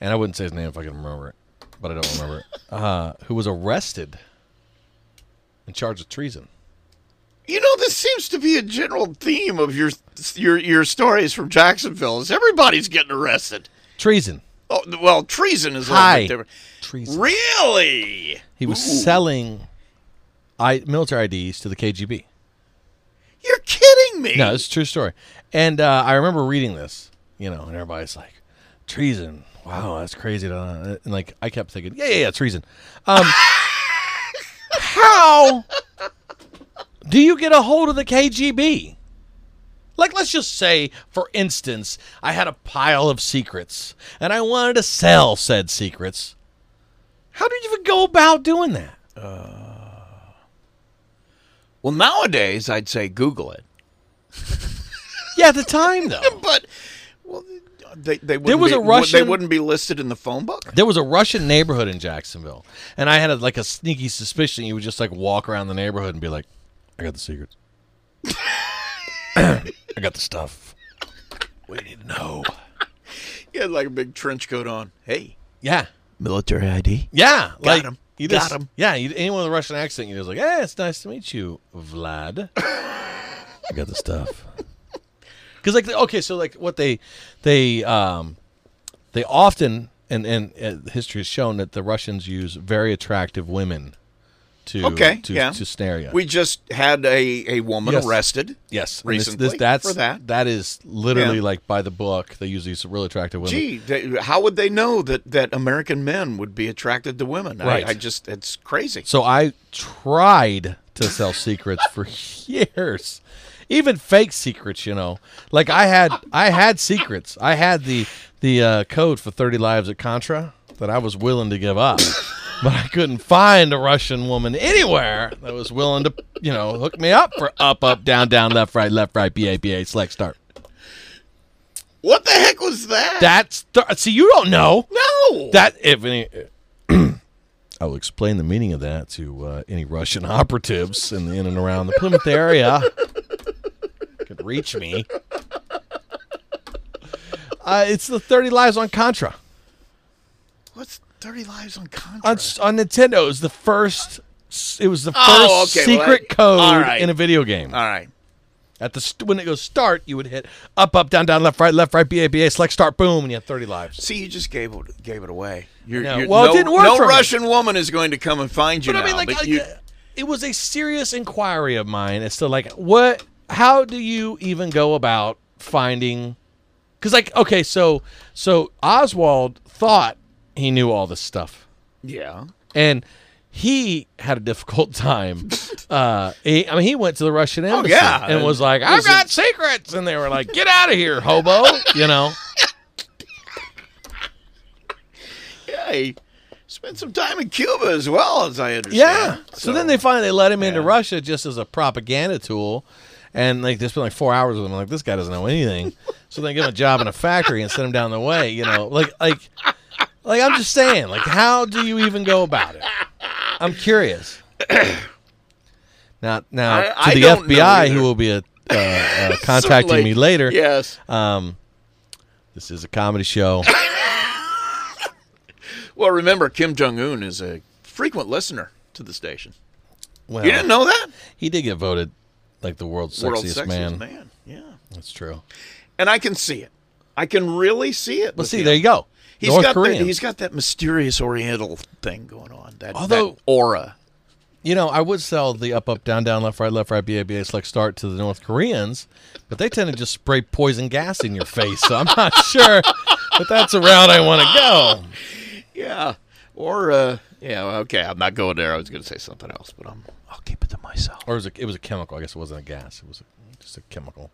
[SPEAKER 2] and I wouldn't say his name if I can remember it, but I don't remember (laughs) it, uh, who was arrested and charged with treason.
[SPEAKER 4] You know, this seems to be a general theme of your your your stories from Jacksonville. Is everybody's getting arrested?
[SPEAKER 2] Treason.
[SPEAKER 4] Oh, well, treason is a little
[SPEAKER 2] Hi.
[SPEAKER 4] bit different.
[SPEAKER 2] Treason.
[SPEAKER 4] Really?
[SPEAKER 2] He was selling I, military IDs to the KGB.
[SPEAKER 4] You're kidding me?
[SPEAKER 2] No, it's a true story. And uh, I remember reading this, you know, and everybody's like, treason. Wow, that's crazy. And like, I kept thinking, yeah, yeah, yeah, treason. Um, how do you get a hold of the KGB? Like, let's just say, for instance, I had a pile of secrets and I wanted to sell said secrets. How did you even go about doing that?
[SPEAKER 4] Well, nowadays I'd say Google it,
[SPEAKER 2] Yeah, at the time, though.
[SPEAKER 4] but well, they they wouldn't
[SPEAKER 2] was
[SPEAKER 4] be,
[SPEAKER 2] a
[SPEAKER 4] would-
[SPEAKER 2] Russian-
[SPEAKER 4] They wouldn't be listed in the phone book.
[SPEAKER 2] There was a Russian neighborhood in Jacksonville, and I had a, like a sneaky suspicion you would just like walk around the neighborhood and be like, "I got the secrets. (coughs) I got the stuff. We need to know."
[SPEAKER 4] (laughs) He had like a big trench coat on. Hey,
[SPEAKER 2] Yeah,
[SPEAKER 4] military ID.
[SPEAKER 2] yeah, like
[SPEAKER 4] 'em.
[SPEAKER 2] you
[SPEAKER 4] Got
[SPEAKER 2] just,
[SPEAKER 4] 'em.
[SPEAKER 2] Yeah, you, anyone with a Russian accent, you're just like, "Hey, it's nice to meet you, Vlad. I got the (laughs) stuff." Because like, okay, so like what they they um they often and and uh, history has shown that the Russians use very attractive women to
[SPEAKER 4] Okay,
[SPEAKER 2] to,
[SPEAKER 4] yeah.
[SPEAKER 2] to snare you.
[SPEAKER 4] We just had a, a woman
[SPEAKER 2] Yes.
[SPEAKER 4] arrested.
[SPEAKER 2] yes, and this-
[SPEAKER 4] recently
[SPEAKER 2] this, that's
[SPEAKER 4] for that.
[SPEAKER 2] that is literally
[SPEAKER 4] Yeah.
[SPEAKER 2] like by the book. They use these really attractive women.
[SPEAKER 4] Gee, they, how would they know that, that American men would be attracted to women?
[SPEAKER 2] Right.
[SPEAKER 4] I, I just, it's crazy.
[SPEAKER 2] So I tried to sell secrets for (laughs) years. Even fake secrets, you know. Like I had I had secrets. I had the the uh, code for 30 lives at Contra that I was willing to give up. (laughs) But I couldn't find a Russian woman anywhere that was willing to, you know, hook me up for up, up, down, down, left, right, left, right, PA, PA, select, start.
[SPEAKER 4] What the heck was that?
[SPEAKER 2] That's th- see, you don't know.
[SPEAKER 4] no.
[SPEAKER 2] That if any, (clears throat) I will explain the meaning of that to uh, any Russian (laughs) operatives in the in and around the Plymouth area. Could reach me. Uh, it's the Thirty Lives on Contra
[SPEAKER 4] What's Thirty Lives on Contra?
[SPEAKER 2] on, s- on Nintendo. Is the first. s- It was the first
[SPEAKER 4] Oh, okay, well,
[SPEAKER 2] secret
[SPEAKER 4] I- all
[SPEAKER 2] code
[SPEAKER 4] right. Uh.
[SPEAKER 2] in a video game.
[SPEAKER 4] All right.
[SPEAKER 2] At the st- when it goes start, you would hit up, up, down, down, left, right, left, right, B A B A, select start, boom, and you have thirty lives.
[SPEAKER 4] See, you just gave it, gave it away. You're,
[SPEAKER 2] know.
[SPEAKER 4] you're-
[SPEAKER 2] Well, it
[SPEAKER 4] no,
[SPEAKER 2] didn't work
[SPEAKER 4] No
[SPEAKER 2] for me.
[SPEAKER 4] Russian woman is going to come and find you
[SPEAKER 2] But I
[SPEAKER 4] now.
[SPEAKER 2] mean, like, I-
[SPEAKER 4] but you-
[SPEAKER 2] it was a serious inquiry of mine as to like what, how do you even go about finding? Because like, okay, so so Oswald thought he knew all this stuff,
[SPEAKER 4] yeah.
[SPEAKER 2] and he had a difficult (laughs) time. uh, he, I mean, he went to the Russian embassy
[SPEAKER 4] Oh, yeah.
[SPEAKER 2] and was like, "I've
[SPEAKER 4] Listen.
[SPEAKER 2] got secrets," and they were like, "Get out of here, hobo!" You know.
[SPEAKER 4] Yeah. He spent some time in Cuba as well, as I understand.
[SPEAKER 2] Yeah. So, then they finally let him into Russia just as a propaganda tool. And like they spent like four hours with him. Like this guy doesn't know anything. so they give him a job in a factory and send him down the way. You know, like like like I'm just saying, like how do you even go about it? I'm curious. now now
[SPEAKER 4] I-
[SPEAKER 2] to
[SPEAKER 4] I
[SPEAKER 2] the
[SPEAKER 4] don't know
[SPEAKER 2] FBI,
[SPEAKER 4] either.
[SPEAKER 2] who will be uh uh,
[SPEAKER 4] (laughs)
[SPEAKER 2] uh, contacting me
[SPEAKER 4] Certainly.
[SPEAKER 2] later.
[SPEAKER 4] Yes.
[SPEAKER 2] Um, this is a comedy show.
[SPEAKER 4] Well, remember, Kim Jong Un is a frequent listener to the station.
[SPEAKER 2] Well,
[SPEAKER 4] You didn't know that?
[SPEAKER 2] he did get voted like the world's sexiest,
[SPEAKER 4] World's sexiest man.
[SPEAKER 2] man.
[SPEAKER 4] Yeah.
[SPEAKER 2] That's true.
[SPEAKER 4] And I can see it. I can really see it.
[SPEAKER 2] Well,
[SPEAKER 4] with
[SPEAKER 2] see,
[SPEAKER 4] him.
[SPEAKER 2] there you go.
[SPEAKER 4] um, He's
[SPEAKER 2] North
[SPEAKER 4] got
[SPEAKER 2] Korean.
[SPEAKER 4] The, he's got that mysterious Oriental thing going on. That,
[SPEAKER 2] Although-
[SPEAKER 4] that aura.
[SPEAKER 2] You know, I would sell the up, up, down, down, left, right, left, right, B A B A, select start to the North Koreans, but they tend to just spray poison gas in your face. So I'm not (laughs) sure, but that's a route I want to go.
[SPEAKER 4] Yeah. Or uh, yeah. well, Okay, I'm not going there. I was going to say something else, but I'm. I'll keep it to myself.
[SPEAKER 2] Or it was a, it was a chemical. I guess it wasn't a gas. It was a, just a chemical.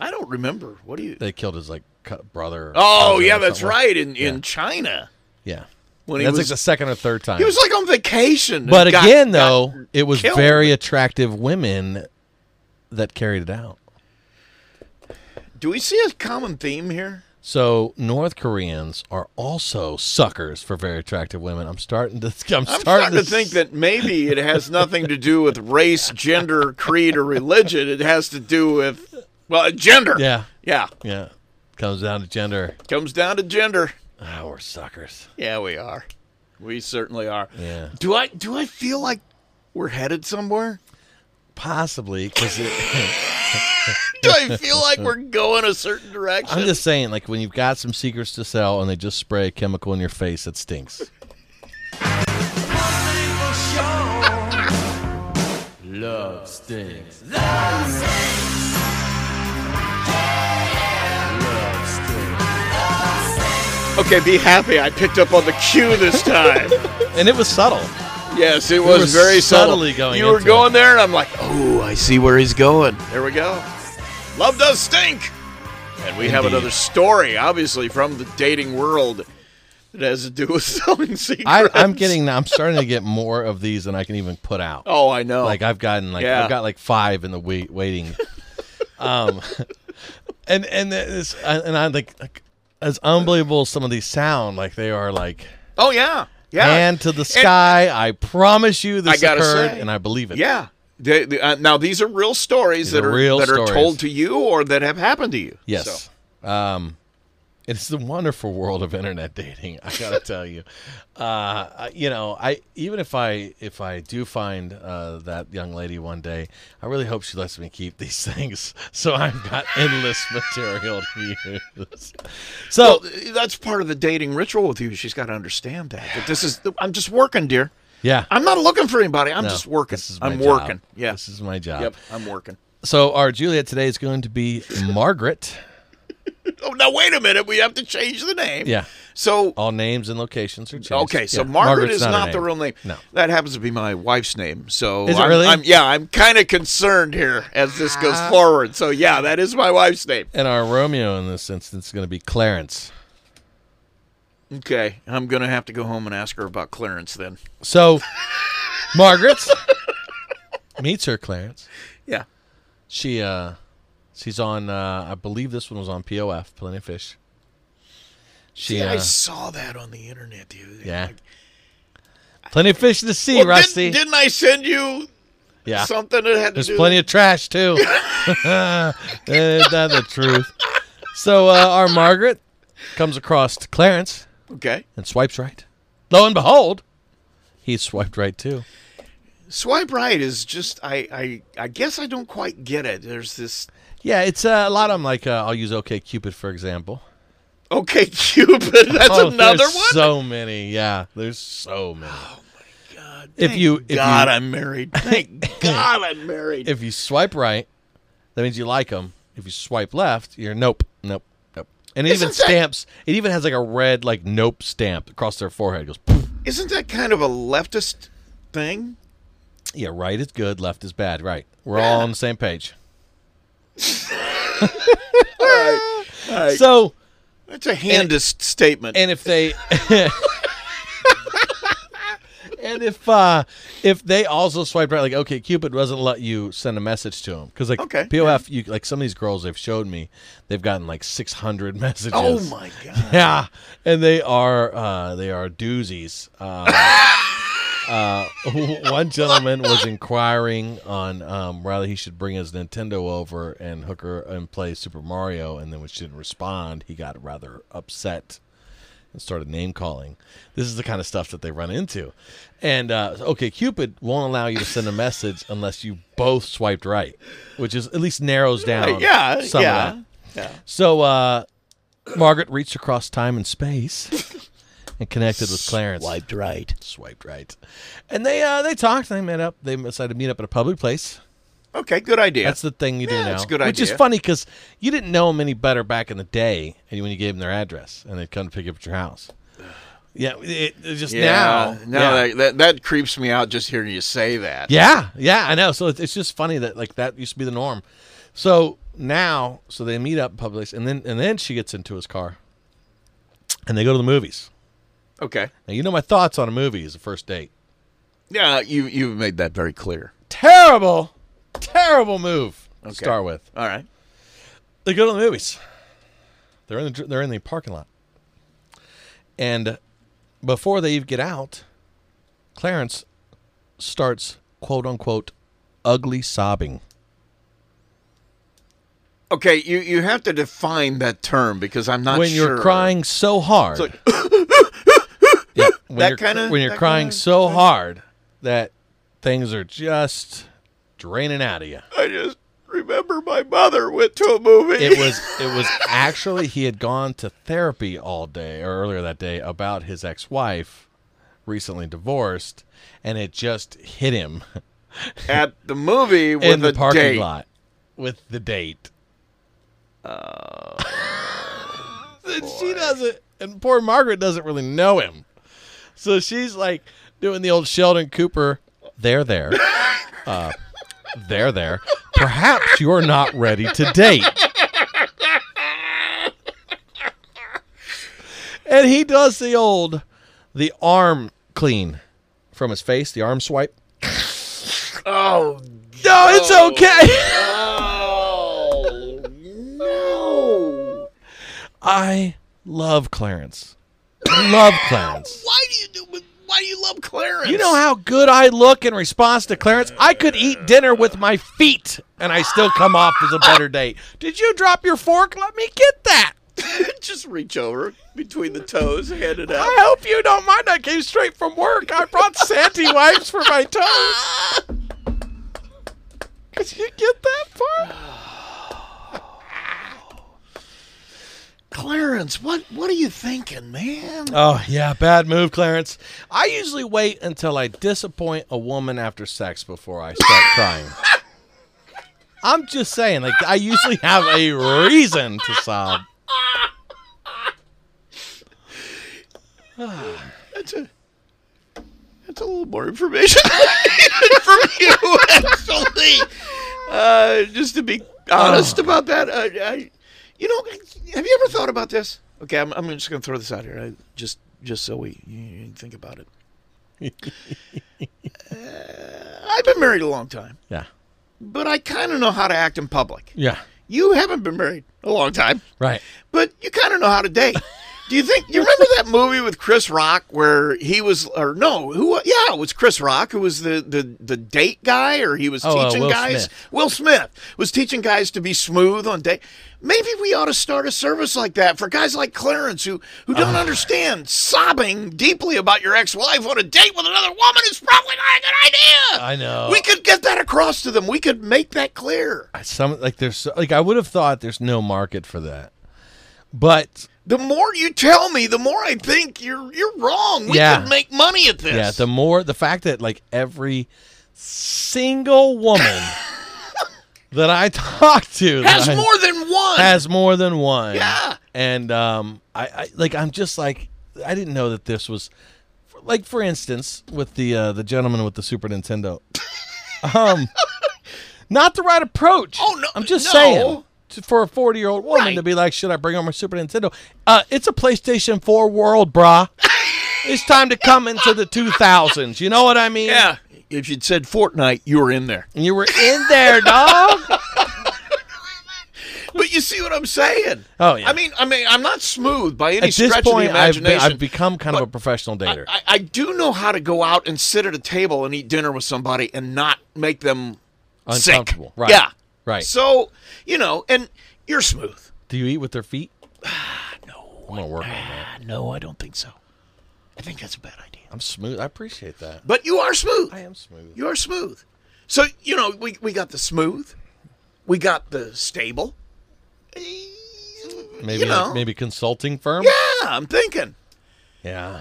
[SPEAKER 4] I don't remember. What do you?
[SPEAKER 2] They killed his like cu- brother. or
[SPEAKER 4] Oh
[SPEAKER 2] cousin
[SPEAKER 4] yeah,
[SPEAKER 2] or
[SPEAKER 4] that's
[SPEAKER 2] something.
[SPEAKER 4] right. In in China,
[SPEAKER 2] Yeah,
[SPEAKER 4] when
[SPEAKER 2] that's
[SPEAKER 4] he
[SPEAKER 2] like
[SPEAKER 4] was
[SPEAKER 2] the second or third time.
[SPEAKER 4] he was like on vacation. and
[SPEAKER 2] but
[SPEAKER 4] got-
[SPEAKER 2] again,
[SPEAKER 4] got-
[SPEAKER 2] though, it was
[SPEAKER 4] killed.
[SPEAKER 2] very attractive women that carried it out.
[SPEAKER 4] do we see a common theme here?
[SPEAKER 2] So North Koreans are also suckers for very attractive women. I'm starting to. (laughs) I'm,
[SPEAKER 4] I'm
[SPEAKER 2] starting
[SPEAKER 4] starting to think that maybe it has nothing to do with race, gender, creed, or religion. It has to do with well, gender.
[SPEAKER 2] Yeah,
[SPEAKER 4] yeah.
[SPEAKER 2] yeah. Comes down to gender.
[SPEAKER 4] Comes down to gender.
[SPEAKER 2] Ah, we're suckers.
[SPEAKER 4] Yeah, we are. We certainly are.
[SPEAKER 2] Yeah.
[SPEAKER 4] Do I do I feel like we're headed somewhere?
[SPEAKER 2] Possibly because
[SPEAKER 4] Do I feel like we're going a certain
[SPEAKER 2] (laughs)
[SPEAKER 4] direction?
[SPEAKER 2] I'm just saying, like when you've got some secrets to sell and they just spray a chemical in your face that stinks. Love stinks.
[SPEAKER 4] okay, be happy. I picked up on the cue this time.
[SPEAKER 2] And it was subtle.
[SPEAKER 4] yes, it was
[SPEAKER 2] were
[SPEAKER 4] very subtle.
[SPEAKER 2] subtly going
[SPEAKER 4] You were
[SPEAKER 2] into
[SPEAKER 4] going
[SPEAKER 2] it.
[SPEAKER 4] there, and I'm like, oh, I see where he's going. There we go. Love does stink. And we have
[SPEAKER 2] Indeed.
[SPEAKER 4] another story, obviously from the dating world, that has to do with (laughs) selling secrets.
[SPEAKER 2] I, I'm getting. I'm starting to get more of these than I can even put out.
[SPEAKER 4] Oh, I know.
[SPEAKER 2] Like I've gotten like
[SPEAKER 4] Yeah.
[SPEAKER 2] I've got like five in the wait, waiting. um, (laughs) and and this and I like, like as unbelievable as some of these sound like they are like
[SPEAKER 4] oh yeah, yeah.
[SPEAKER 2] hand to the sky. I promise you this
[SPEAKER 4] I gotta
[SPEAKER 2] occurred,
[SPEAKER 4] say-
[SPEAKER 2] and I believe it.
[SPEAKER 4] Yeah. They, they, uh, now these are real stories
[SPEAKER 2] These
[SPEAKER 4] that
[SPEAKER 2] are
[SPEAKER 4] are
[SPEAKER 2] real
[SPEAKER 4] that
[SPEAKER 2] stories.
[SPEAKER 4] are told to you or that have happened to you.
[SPEAKER 2] Yes. Um, it's the wonderful world of internet dating. I gotta tell you, uh, I- you know, I even if I if I do find uh, that young lady one day, I really hope she lets me keep these (laughs) things, so I've got endless (laughs) material to use. So
[SPEAKER 4] So well, that's part of the dating ritual with you. She's got to understand that. That this is I'm just working, dear.
[SPEAKER 2] yeah,
[SPEAKER 4] I'm not looking for anybody. I'm
[SPEAKER 2] no,
[SPEAKER 4] just working.
[SPEAKER 2] This is my
[SPEAKER 4] I'm
[SPEAKER 2] job.
[SPEAKER 4] working. Yeah.
[SPEAKER 2] this is my job.
[SPEAKER 4] yep. I'm working.
[SPEAKER 2] So our Juliet today is going to be Margaret.
[SPEAKER 4] Oh, now wait a minute. We have to change the name.
[SPEAKER 2] Yeah.
[SPEAKER 4] So
[SPEAKER 2] All names and locations are changed.
[SPEAKER 4] okay, so
[SPEAKER 2] Yeah,
[SPEAKER 4] Margaret
[SPEAKER 2] Margaret's
[SPEAKER 4] is not,
[SPEAKER 2] her
[SPEAKER 4] the real name.
[SPEAKER 2] No.
[SPEAKER 4] That happens to be my wife's name. So
[SPEAKER 2] Is it
[SPEAKER 4] I'm,
[SPEAKER 2] really?
[SPEAKER 4] I'm- yeah, I'm kind of concerned here as this goes forward. So yeah, that is my wife's name.
[SPEAKER 2] And our Romeo in this instance is going to be Clarence.
[SPEAKER 4] Okay, I'm gonna have to go home and ask her about Clarence then.
[SPEAKER 2] So, Margaret
[SPEAKER 4] (laughs)
[SPEAKER 2] meets her Clarence.
[SPEAKER 4] Yeah.
[SPEAKER 2] She uh, she's on. Uh, I believe this one was on POF, Plenty of Fish. She
[SPEAKER 4] Yeah, I
[SPEAKER 2] uh,
[SPEAKER 4] saw that on the internet the other day.
[SPEAKER 2] yeah,
[SPEAKER 4] Like,
[SPEAKER 2] plenty of fish to see,
[SPEAKER 4] well, didn't-
[SPEAKER 2] Rusty.
[SPEAKER 4] Didn't, I send you
[SPEAKER 2] yeah,
[SPEAKER 4] something that had to
[SPEAKER 2] there's
[SPEAKER 4] do?
[SPEAKER 2] plenty of trash (laughs)
[SPEAKER 4] (laughs)
[SPEAKER 2] too. That's not the truth. So uh, our Margaret comes across to Clarence
[SPEAKER 4] Okay.
[SPEAKER 2] and swipes right. Lo and behold, he swiped right too.
[SPEAKER 4] Swipe right is just I I I guess I don't quite get it. There's this
[SPEAKER 2] Yeah, it's uh, a lot of them. Like uh, I'll use OK Cupid for example.
[SPEAKER 4] okay (laughs) Cupid. That's
[SPEAKER 2] Oh,
[SPEAKER 4] another
[SPEAKER 2] there's
[SPEAKER 4] one. Oh,
[SPEAKER 2] So many. Yeah, there's so many. If
[SPEAKER 4] Thank
[SPEAKER 2] you- if you-
[SPEAKER 4] God
[SPEAKER 2] (laughs)
[SPEAKER 4] I'm married. Thank God I'm married.
[SPEAKER 2] If you swipe right, that means you like them. If you swipe left, you're nope, nope, nope. And it
[SPEAKER 4] Isn't
[SPEAKER 2] even
[SPEAKER 4] that-
[SPEAKER 2] stamps. It even has like a red like nope stamp across their forehead. It goes. "Poof."
[SPEAKER 4] Isn't that kind of a leftist thing?
[SPEAKER 2] Yeah, right is good, left is bad. Right, we're all on the same
[SPEAKER 4] (laughs)
[SPEAKER 2] page.
[SPEAKER 4] All right.
[SPEAKER 2] (laughs) So,
[SPEAKER 4] That's a handist statement.
[SPEAKER 2] and if they, (laughs) and if uh if they also swipe right, like okay, Cupid doesn't let you send a message to them because like
[SPEAKER 4] Okay,
[SPEAKER 2] POF, you like some of these girls they've showed me, they've gotten like six hundred messages.
[SPEAKER 4] oh my God.
[SPEAKER 2] (laughs) Yeah, and they are uh, they are doozies.
[SPEAKER 4] (laughs)
[SPEAKER 2] Uh, uh, one gentleman was inquiring on um, whether he should bring his Nintendo over and hook her and play Super Mario, and then when she didn't respond, he got rather upset and started name calling. This is the kind of stuff that they run into. And uh, okay, Cupid won't allow you to send a message unless you both swiped right, which is at least narrows down.
[SPEAKER 4] Yeah.
[SPEAKER 2] some of
[SPEAKER 4] yeah.
[SPEAKER 2] that. So uh, Margaret reached across time and space (laughs) and connected with Clarence. Swiped right. Swiped right. And they uh, they talked. They met up. They decided to meet up at a public place.
[SPEAKER 4] Okay. Good idea.
[SPEAKER 2] That's the thing you do
[SPEAKER 4] Yeah,
[SPEAKER 2] now.
[SPEAKER 4] that's a good
[SPEAKER 2] which is
[SPEAKER 4] idea.
[SPEAKER 2] funny because you didn't know them any better back in the day, and when you gave them their address, and they'd come to pick up at your house. Yeah, it, it just now.
[SPEAKER 4] yeah. No,
[SPEAKER 2] yeah.
[SPEAKER 4] That, that that creeps me out just hearing you say that.
[SPEAKER 2] Yeah, yeah, I know. So it's, it's just funny that like that used to be the norm. So now, so they meet up in public, and then and then she gets into his car, and they go to the movies.
[SPEAKER 4] Okay.
[SPEAKER 2] Now you know my thoughts on a movie is a first date.
[SPEAKER 4] Yeah. You you've made that very clear.
[SPEAKER 2] Terrible, terrible move to start with.
[SPEAKER 4] All right.
[SPEAKER 2] They go to the movies. They're in the they're in the parking lot, and before they even get out, Clarence starts quote unquote ugly sobbing.
[SPEAKER 4] Okay. You you have to define that term because I'm not
[SPEAKER 2] when
[SPEAKER 4] sure.
[SPEAKER 2] you're crying so
[SPEAKER 4] (coughs)
[SPEAKER 2] hard.
[SPEAKER 4] like,
[SPEAKER 2] Yeah, when
[SPEAKER 4] that
[SPEAKER 2] you're,
[SPEAKER 4] kinda-
[SPEAKER 2] when you're
[SPEAKER 4] that
[SPEAKER 2] crying
[SPEAKER 4] kinda
[SPEAKER 2] so hard that things are just draining out of you.
[SPEAKER 4] I just remember my mother went to a movie.
[SPEAKER 2] It was it was actually he had gone to therapy all day or earlier that day about his ex-wife recently divorced and it just hit him
[SPEAKER 4] (laughs) at the movie with
[SPEAKER 2] in the
[SPEAKER 4] a
[SPEAKER 2] parking
[SPEAKER 4] date.
[SPEAKER 2] lot with the date.
[SPEAKER 4] Oh.
[SPEAKER 2] And (laughs) she doesn't, and poor Margaret doesn't really know him, so she's like doing the old Sheldon Cooper. They're there, uh, they're there. Perhaps you're not ready to date. And he does the old, the arm clean from his face, the arm swipe.
[SPEAKER 4] Oh
[SPEAKER 2] No, it's okay. (laughs)
[SPEAKER 4] Oh no!
[SPEAKER 2] I love Clarence. I love Clarence.
[SPEAKER 4] Why do you do? Why do you love Clarence?
[SPEAKER 2] You know how good I look in response to Clarence? I could eat dinner with my feet and I still come off as a better date. Did you drop your fork? Let me get that.
[SPEAKER 4] just reach over between the toes, hand it out.
[SPEAKER 2] I hope you don't mind. I came straight from work. I brought Santy wipes for my toes. Did you get that part?
[SPEAKER 4] Clarence, what what are you thinking, man?
[SPEAKER 2] Oh, yeah. Bad move, Clarence. I usually wait until I disappoint a woman after sex before I start
[SPEAKER 4] (laughs)
[SPEAKER 2] crying. I'm just saying, like, I usually have a reason to sob.
[SPEAKER 4] That's a that's a little more information (laughs) from you, actually. Uh, just to be honest about that, I, I, you know, have you ever thought about this? Okay, I'm, I'm just going to throw this out here, I, just just so we you, you think about it. uh, I've been married a long time,
[SPEAKER 2] Yeah.
[SPEAKER 4] but I kind of know how to act in public.
[SPEAKER 2] Yeah.
[SPEAKER 4] You haven't been married a long time
[SPEAKER 2] Right.
[SPEAKER 4] but you kind of know how to date. Do you think you remember that movie with Chris Rock where he was, or no, who? Yeah, it was Chris Rock who was the the, the date guy, or he was
[SPEAKER 2] Oh, uh,
[SPEAKER 4] teaching
[SPEAKER 2] Will
[SPEAKER 4] guys.
[SPEAKER 2] Smith.
[SPEAKER 4] Will Smith was teaching guys to be smooth on date. Maybe we ought to start a service like that for guys like Clarence who who don't understand sobbing deeply about your ex-wife on a date with another woman is probably not a good idea.
[SPEAKER 2] I know.
[SPEAKER 4] We could get that across to them. We could make that clear.
[SPEAKER 2] Some like there's like I would have thought there's no market for that, but
[SPEAKER 4] The more you tell me, the more I think you're you're wrong. We
[SPEAKER 2] Yeah.
[SPEAKER 4] could make money at this.
[SPEAKER 2] yeah, the more the fact that like
[SPEAKER 4] (laughs)
[SPEAKER 2] every single woman that I talk to that (laughs)
[SPEAKER 4] has
[SPEAKER 2] I-
[SPEAKER 4] more than one.
[SPEAKER 2] has more than one.
[SPEAKER 4] Yeah.
[SPEAKER 2] And um, I, I like I'm just like I didn't know that this was like for instance with the uh, the gentleman with the Super Nintendo. (laughs) um, not the right approach.
[SPEAKER 4] Oh, no,
[SPEAKER 2] I'm just
[SPEAKER 4] no.
[SPEAKER 2] saying. to- For a 40 year old woman
[SPEAKER 4] Right.
[SPEAKER 2] to be like, should I bring on my Super Nintendo? Uh, it's a PlayStation 4 world,
[SPEAKER 4] (laughs)
[SPEAKER 2] brah. it's time to come into the 2000s. You know what I mean?
[SPEAKER 4] yeah. If you'd said Fortnite, you were in there.
[SPEAKER 2] You were in there,
[SPEAKER 4] (laughs)
[SPEAKER 2] dog.
[SPEAKER 4] But you see what I'm saying?
[SPEAKER 2] Oh, yeah.
[SPEAKER 4] I mean, I mean, I'm not smooth by any
[SPEAKER 2] At
[SPEAKER 4] stretch
[SPEAKER 2] this point,
[SPEAKER 4] of the
[SPEAKER 2] I've, been-
[SPEAKER 4] imagination.
[SPEAKER 2] I've become kind of a professional dater.
[SPEAKER 4] I, I do know how to go out and sit at a table and eat dinner with somebody and not make them
[SPEAKER 2] Uncomfortable.
[SPEAKER 4] Sick.
[SPEAKER 2] Right.
[SPEAKER 4] Yeah.
[SPEAKER 2] Right.
[SPEAKER 4] So you know, and you're smooth.
[SPEAKER 2] Do you eat with their feet? (sighs) no. I'm gonna work on that.
[SPEAKER 4] Ah, No, I don't think so. I think that's a bad idea.
[SPEAKER 2] I'm smooth. I appreciate that.
[SPEAKER 4] But you are smooth.
[SPEAKER 2] I am smooth.
[SPEAKER 4] You are smooth. So you know, we we got the smooth, we got the stable. Eh,
[SPEAKER 2] Maybe
[SPEAKER 4] you know.
[SPEAKER 2] maybe consulting firm.
[SPEAKER 4] Yeah, I'm thinking.
[SPEAKER 2] Yeah.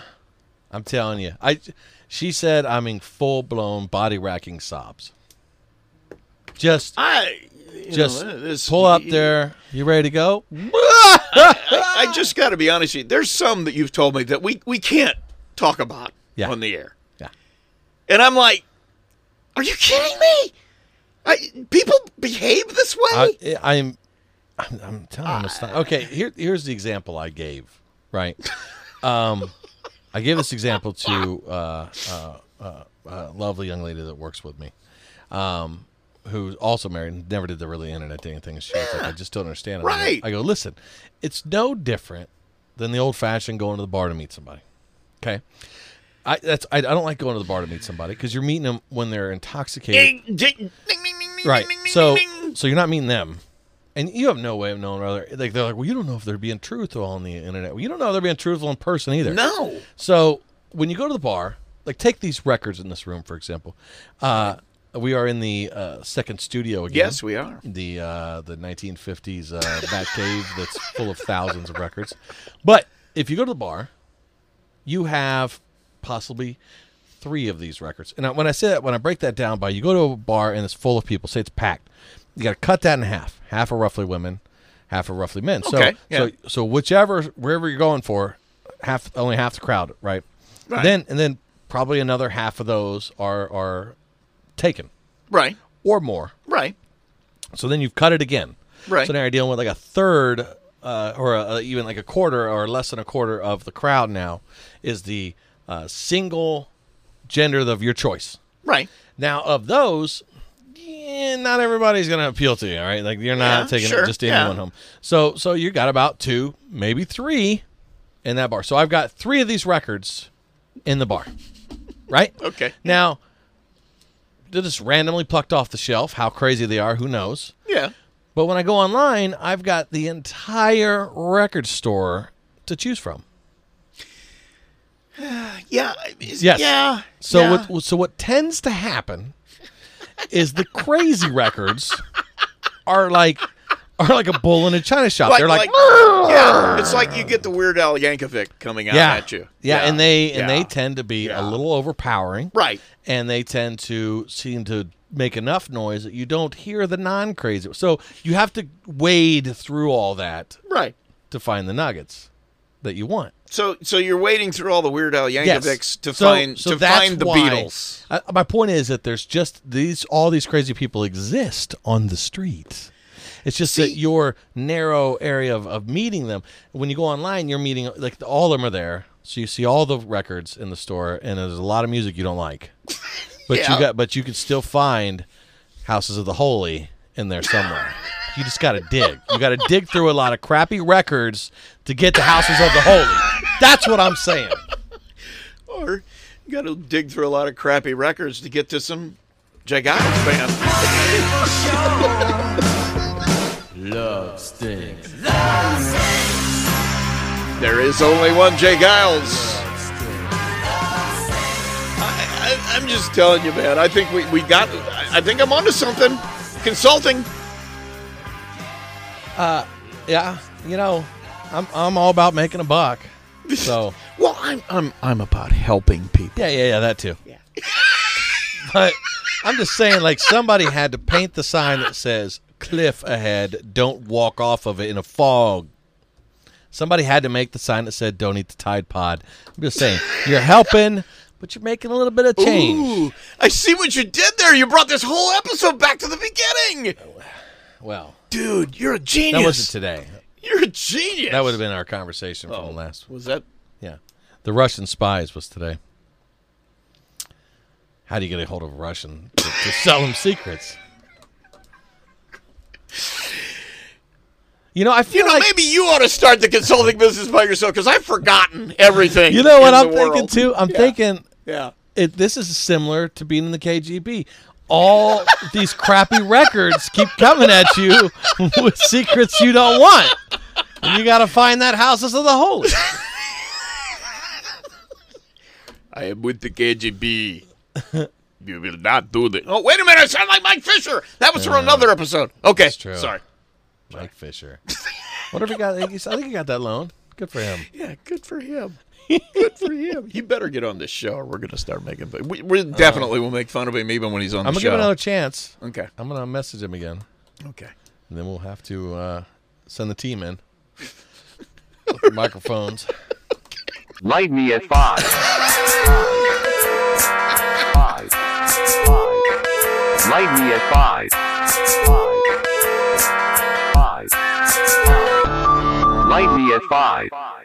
[SPEAKER 2] I'm telling you. I she said I'm in full blown body racking sobs. Just
[SPEAKER 4] I you
[SPEAKER 2] just
[SPEAKER 4] know, eh, this-
[SPEAKER 2] pull up there. You ready to go?
[SPEAKER 4] I just got to be honest with you. There's some that you've told me that we we can't talk about
[SPEAKER 2] Yeah.
[SPEAKER 4] on the air.
[SPEAKER 2] Yeah.
[SPEAKER 4] And I'm like, are you kidding me? I, people behave this way.
[SPEAKER 2] I, I'm, I'm, I'm telling him to stop. Okay, here, here's the example I gave. Right, um, I gave this example to uh, uh, uh, a lovely young lady that works with me, um, who's also married and never did the really internet dating thing. And she was like, "I just don't understand it." I go-
[SPEAKER 4] Right.
[SPEAKER 2] I go, "Listen, it's no different than the old fashioned going to the bar to meet somebody." Okay. I, that's I, I don't like going to the bar to meet somebody because you're meeting them when they're intoxicated
[SPEAKER 4] Eh, Ding, ding, ding, ding, ding, ding,
[SPEAKER 2] right.
[SPEAKER 4] ding, ding,
[SPEAKER 2] So
[SPEAKER 4] ding.
[SPEAKER 2] so you're not meeting them, and you have no way of knowing whether like they're like, well, you don't know if they're being truthful on the internet. Well, you don't know if they're being truthful in person either.
[SPEAKER 4] no.
[SPEAKER 2] So when you go to the bar, like take these records in this room for example. Uh, we are in the uh, second studio again
[SPEAKER 4] Yes, we are.
[SPEAKER 2] the uh, the 1950s uh, Batcave that's full of thousands of records. But if you go to the bar, you have possibly three of these records. And I, when I say that, when I break that down by, you go to a bar and it's full of people. Say it's packed. You got to cut that in half. Half are roughly women, half are roughly men. So
[SPEAKER 4] Okay, yeah.
[SPEAKER 2] so so whichever wherever you're going for, half only half the crowd, right? Then and then probably another half of those are are taken
[SPEAKER 4] Right.
[SPEAKER 2] or more.
[SPEAKER 4] Right.
[SPEAKER 2] So then you've cut it again.
[SPEAKER 4] Right.
[SPEAKER 2] So now you're dealing with like a third, uh, or a, even like a quarter, or less than a quarter of the crowd now is the uh, single gender of your choice.
[SPEAKER 4] Right.
[SPEAKER 2] Now of those, yeah, not everybody's gonna appeal to you. All right, like you're not
[SPEAKER 4] Yeah,
[SPEAKER 2] taking
[SPEAKER 4] sure,
[SPEAKER 2] just
[SPEAKER 4] yeah.
[SPEAKER 2] anyone home. So so you got about two, maybe three, in that bar. So I've got three of these records in the bar, (laughs) right?
[SPEAKER 4] Okay.
[SPEAKER 2] Now they're just randomly plucked off the shelf. How crazy they are, who knows?
[SPEAKER 4] Yeah.
[SPEAKER 2] But when I go online, I've got the entire record store to choose from.
[SPEAKER 4] Yeah. I- is-
[SPEAKER 2] Yes.
[SPEAKER 4] Yeah.
[SPEAKER 2] So
[SPEAKER 4] yeah.
[SPEAKER 2] what so what tends to happen is the
[SPEAKER 4] (laughs)
[SPEAKER 2] crazy records are like are like a bull in a china shop. They're like,
[SPEAKER 4] yeah, it's like you get the Weird Al Yankovic coming out
[SPEAKER 2] yeah,
[SPEAKER 4] at you.
[SPEAKER 2] yeah, and they and
[SPEAKER 4] yeah.
[SPEAKER 2] they tend to be a little overpowering,
[SPEAKER 4] Right.
[SPEAKER 2] And they tend to seem to make enough noise that you don't hear the non crazy. So you have to wade through all that
[SPEAKER 4] Right.
[SPEAKER 2] to find the nuggets that you want.
[SPEAKER 4] So so you're wading through all the Weird Al Yankovics to
[SPEAKER 2] So-
[SPEAKER 4] find
[SPEAKER 2] so
[SPEAKER 4] to
[SPEAKER 2] that's
[SPEAKER 4] find the
[SPEAKER 2] why-
[SPEAKER 4] Beatles.
[SPEAKER 2] I, my point is that there's just these all these crazy people exist on the street. It's just that your narrow area of, of meeting them. When you go online, you're meeting like all of them are there. So you see all the records in the store, and there's a lot of music you don't
[SPEAKER 4] (laughs)
[SPEAKER 2] like, but
[SPEAKER 4] Yeah.
[SPEAKER 2] you got but you can still find Houses of the Holy in there somewhere. You just got to dig. You got to dig through a lot of crappy records to get to Houses of the Holy. That's what I'm saying.
[SPEAKER 4] Or you got to dig through a lot of crappy records to get to some gigantic band.
[SPEAKER 9] Stinks.
[SPEAKER 4] There is only one Jay Giles. I, I, I'm just telling you, man. I think we, we got. I I think I'm onto something. Consulting.
[SPEAKER 2] Yeah, you know, I'm I'm all about making a buck. So
[SPEAKER 4] Well, I'm I'm I'm about helping people.
[SPEAKER 2] yeah, yeah, yeah, that too. Yeah. (laughs) But I'm just saying, like somebody had to paint the sign that says "cliff ahead, don't walk off of it in a fog." Somebody had to make the sign that said "don't eat the Tide Pod." I'm just saying, you're helping, but you're making a little bit of change.
[SPEAKER 4] Ooh, I see what you did there. You brought this whole episode back to the beginning,
[SPEAKER 2] Well,
[SPEAKER 4] dude. You're a
[SPEAKER 2] that
[SPEAKER 4] genius.
[SPEAKER 2] wasn't today.
[SPEAKER 4] You're a genius.
[SPEAKER 2] That would have been our conversation from the last.
[SPEAKER 4] Was that?
[SPEAKER 2] Yeah. The Russian spies was today. How do you get a hold of a Russian to, to (laughs) sell him secrets? You know, I feel
[SPEAKER 4] You know,
[SPEAKER 2] like
[SPEAKER 4] maybe you ought to start the consulting business by yourself because I've forgotten everything.
[SPEAKER 2] you know what
[SPEAKER 4] in
[SPEAKER 2] I'm
[SPEAKER 4] the
[SPEAKER 2] thinking
[SPEAKER 4] world.
[SPEAKER 2] too. I'm
[SPEAKER 4] Yeah.
[SPEAKER 2] thinking
[SPEAKER 4] Yeah.
[SPEAKER 2] it, this is similar to being in the KGB. All
[SPEAKER 4] (laughs)
[SPEAKER 2] these crappy records keep coming at you (laughs) with secrets you don't want. And you got to find that houses of the holy.
[SPEAKER 4] I am with
[SPEAKER 2] (laughs)
[SPEAKER 4] the KGB. you will not do this. Oh, wait a minute. I sound like Mike Fisher. That was from another episode. Okay.
[SPEAKER 2] true.
[SPEAKER 4] Sorry.
[SPEAKER 2] Mike Fisher. Whatever he got, I think he got that loan. Good for him.
[SPEAKER 4] Yeah, good for him. good for him. He better get on this show or we're going to start making. But we, we definitely will make fun of him even when he's on
[SPEAKER 2] I'm
[SPEAKER 4] the
[SPEAKER 2] gonna
[SPEAKER 4] show.
[SPEAKER 2] Uh-huh. give it another chance.
[SPEAKER 4] okay.
[SPEAKER 2] I'm gonna message him again,
[SPEAKER 4] Okay.
[SPEAKER 2] and then we'll have to uh, send the team in. With the microphones.
[SPEAKER 1] Light me at five. Five. Five. Light me at five. Five. Five. Light me at five.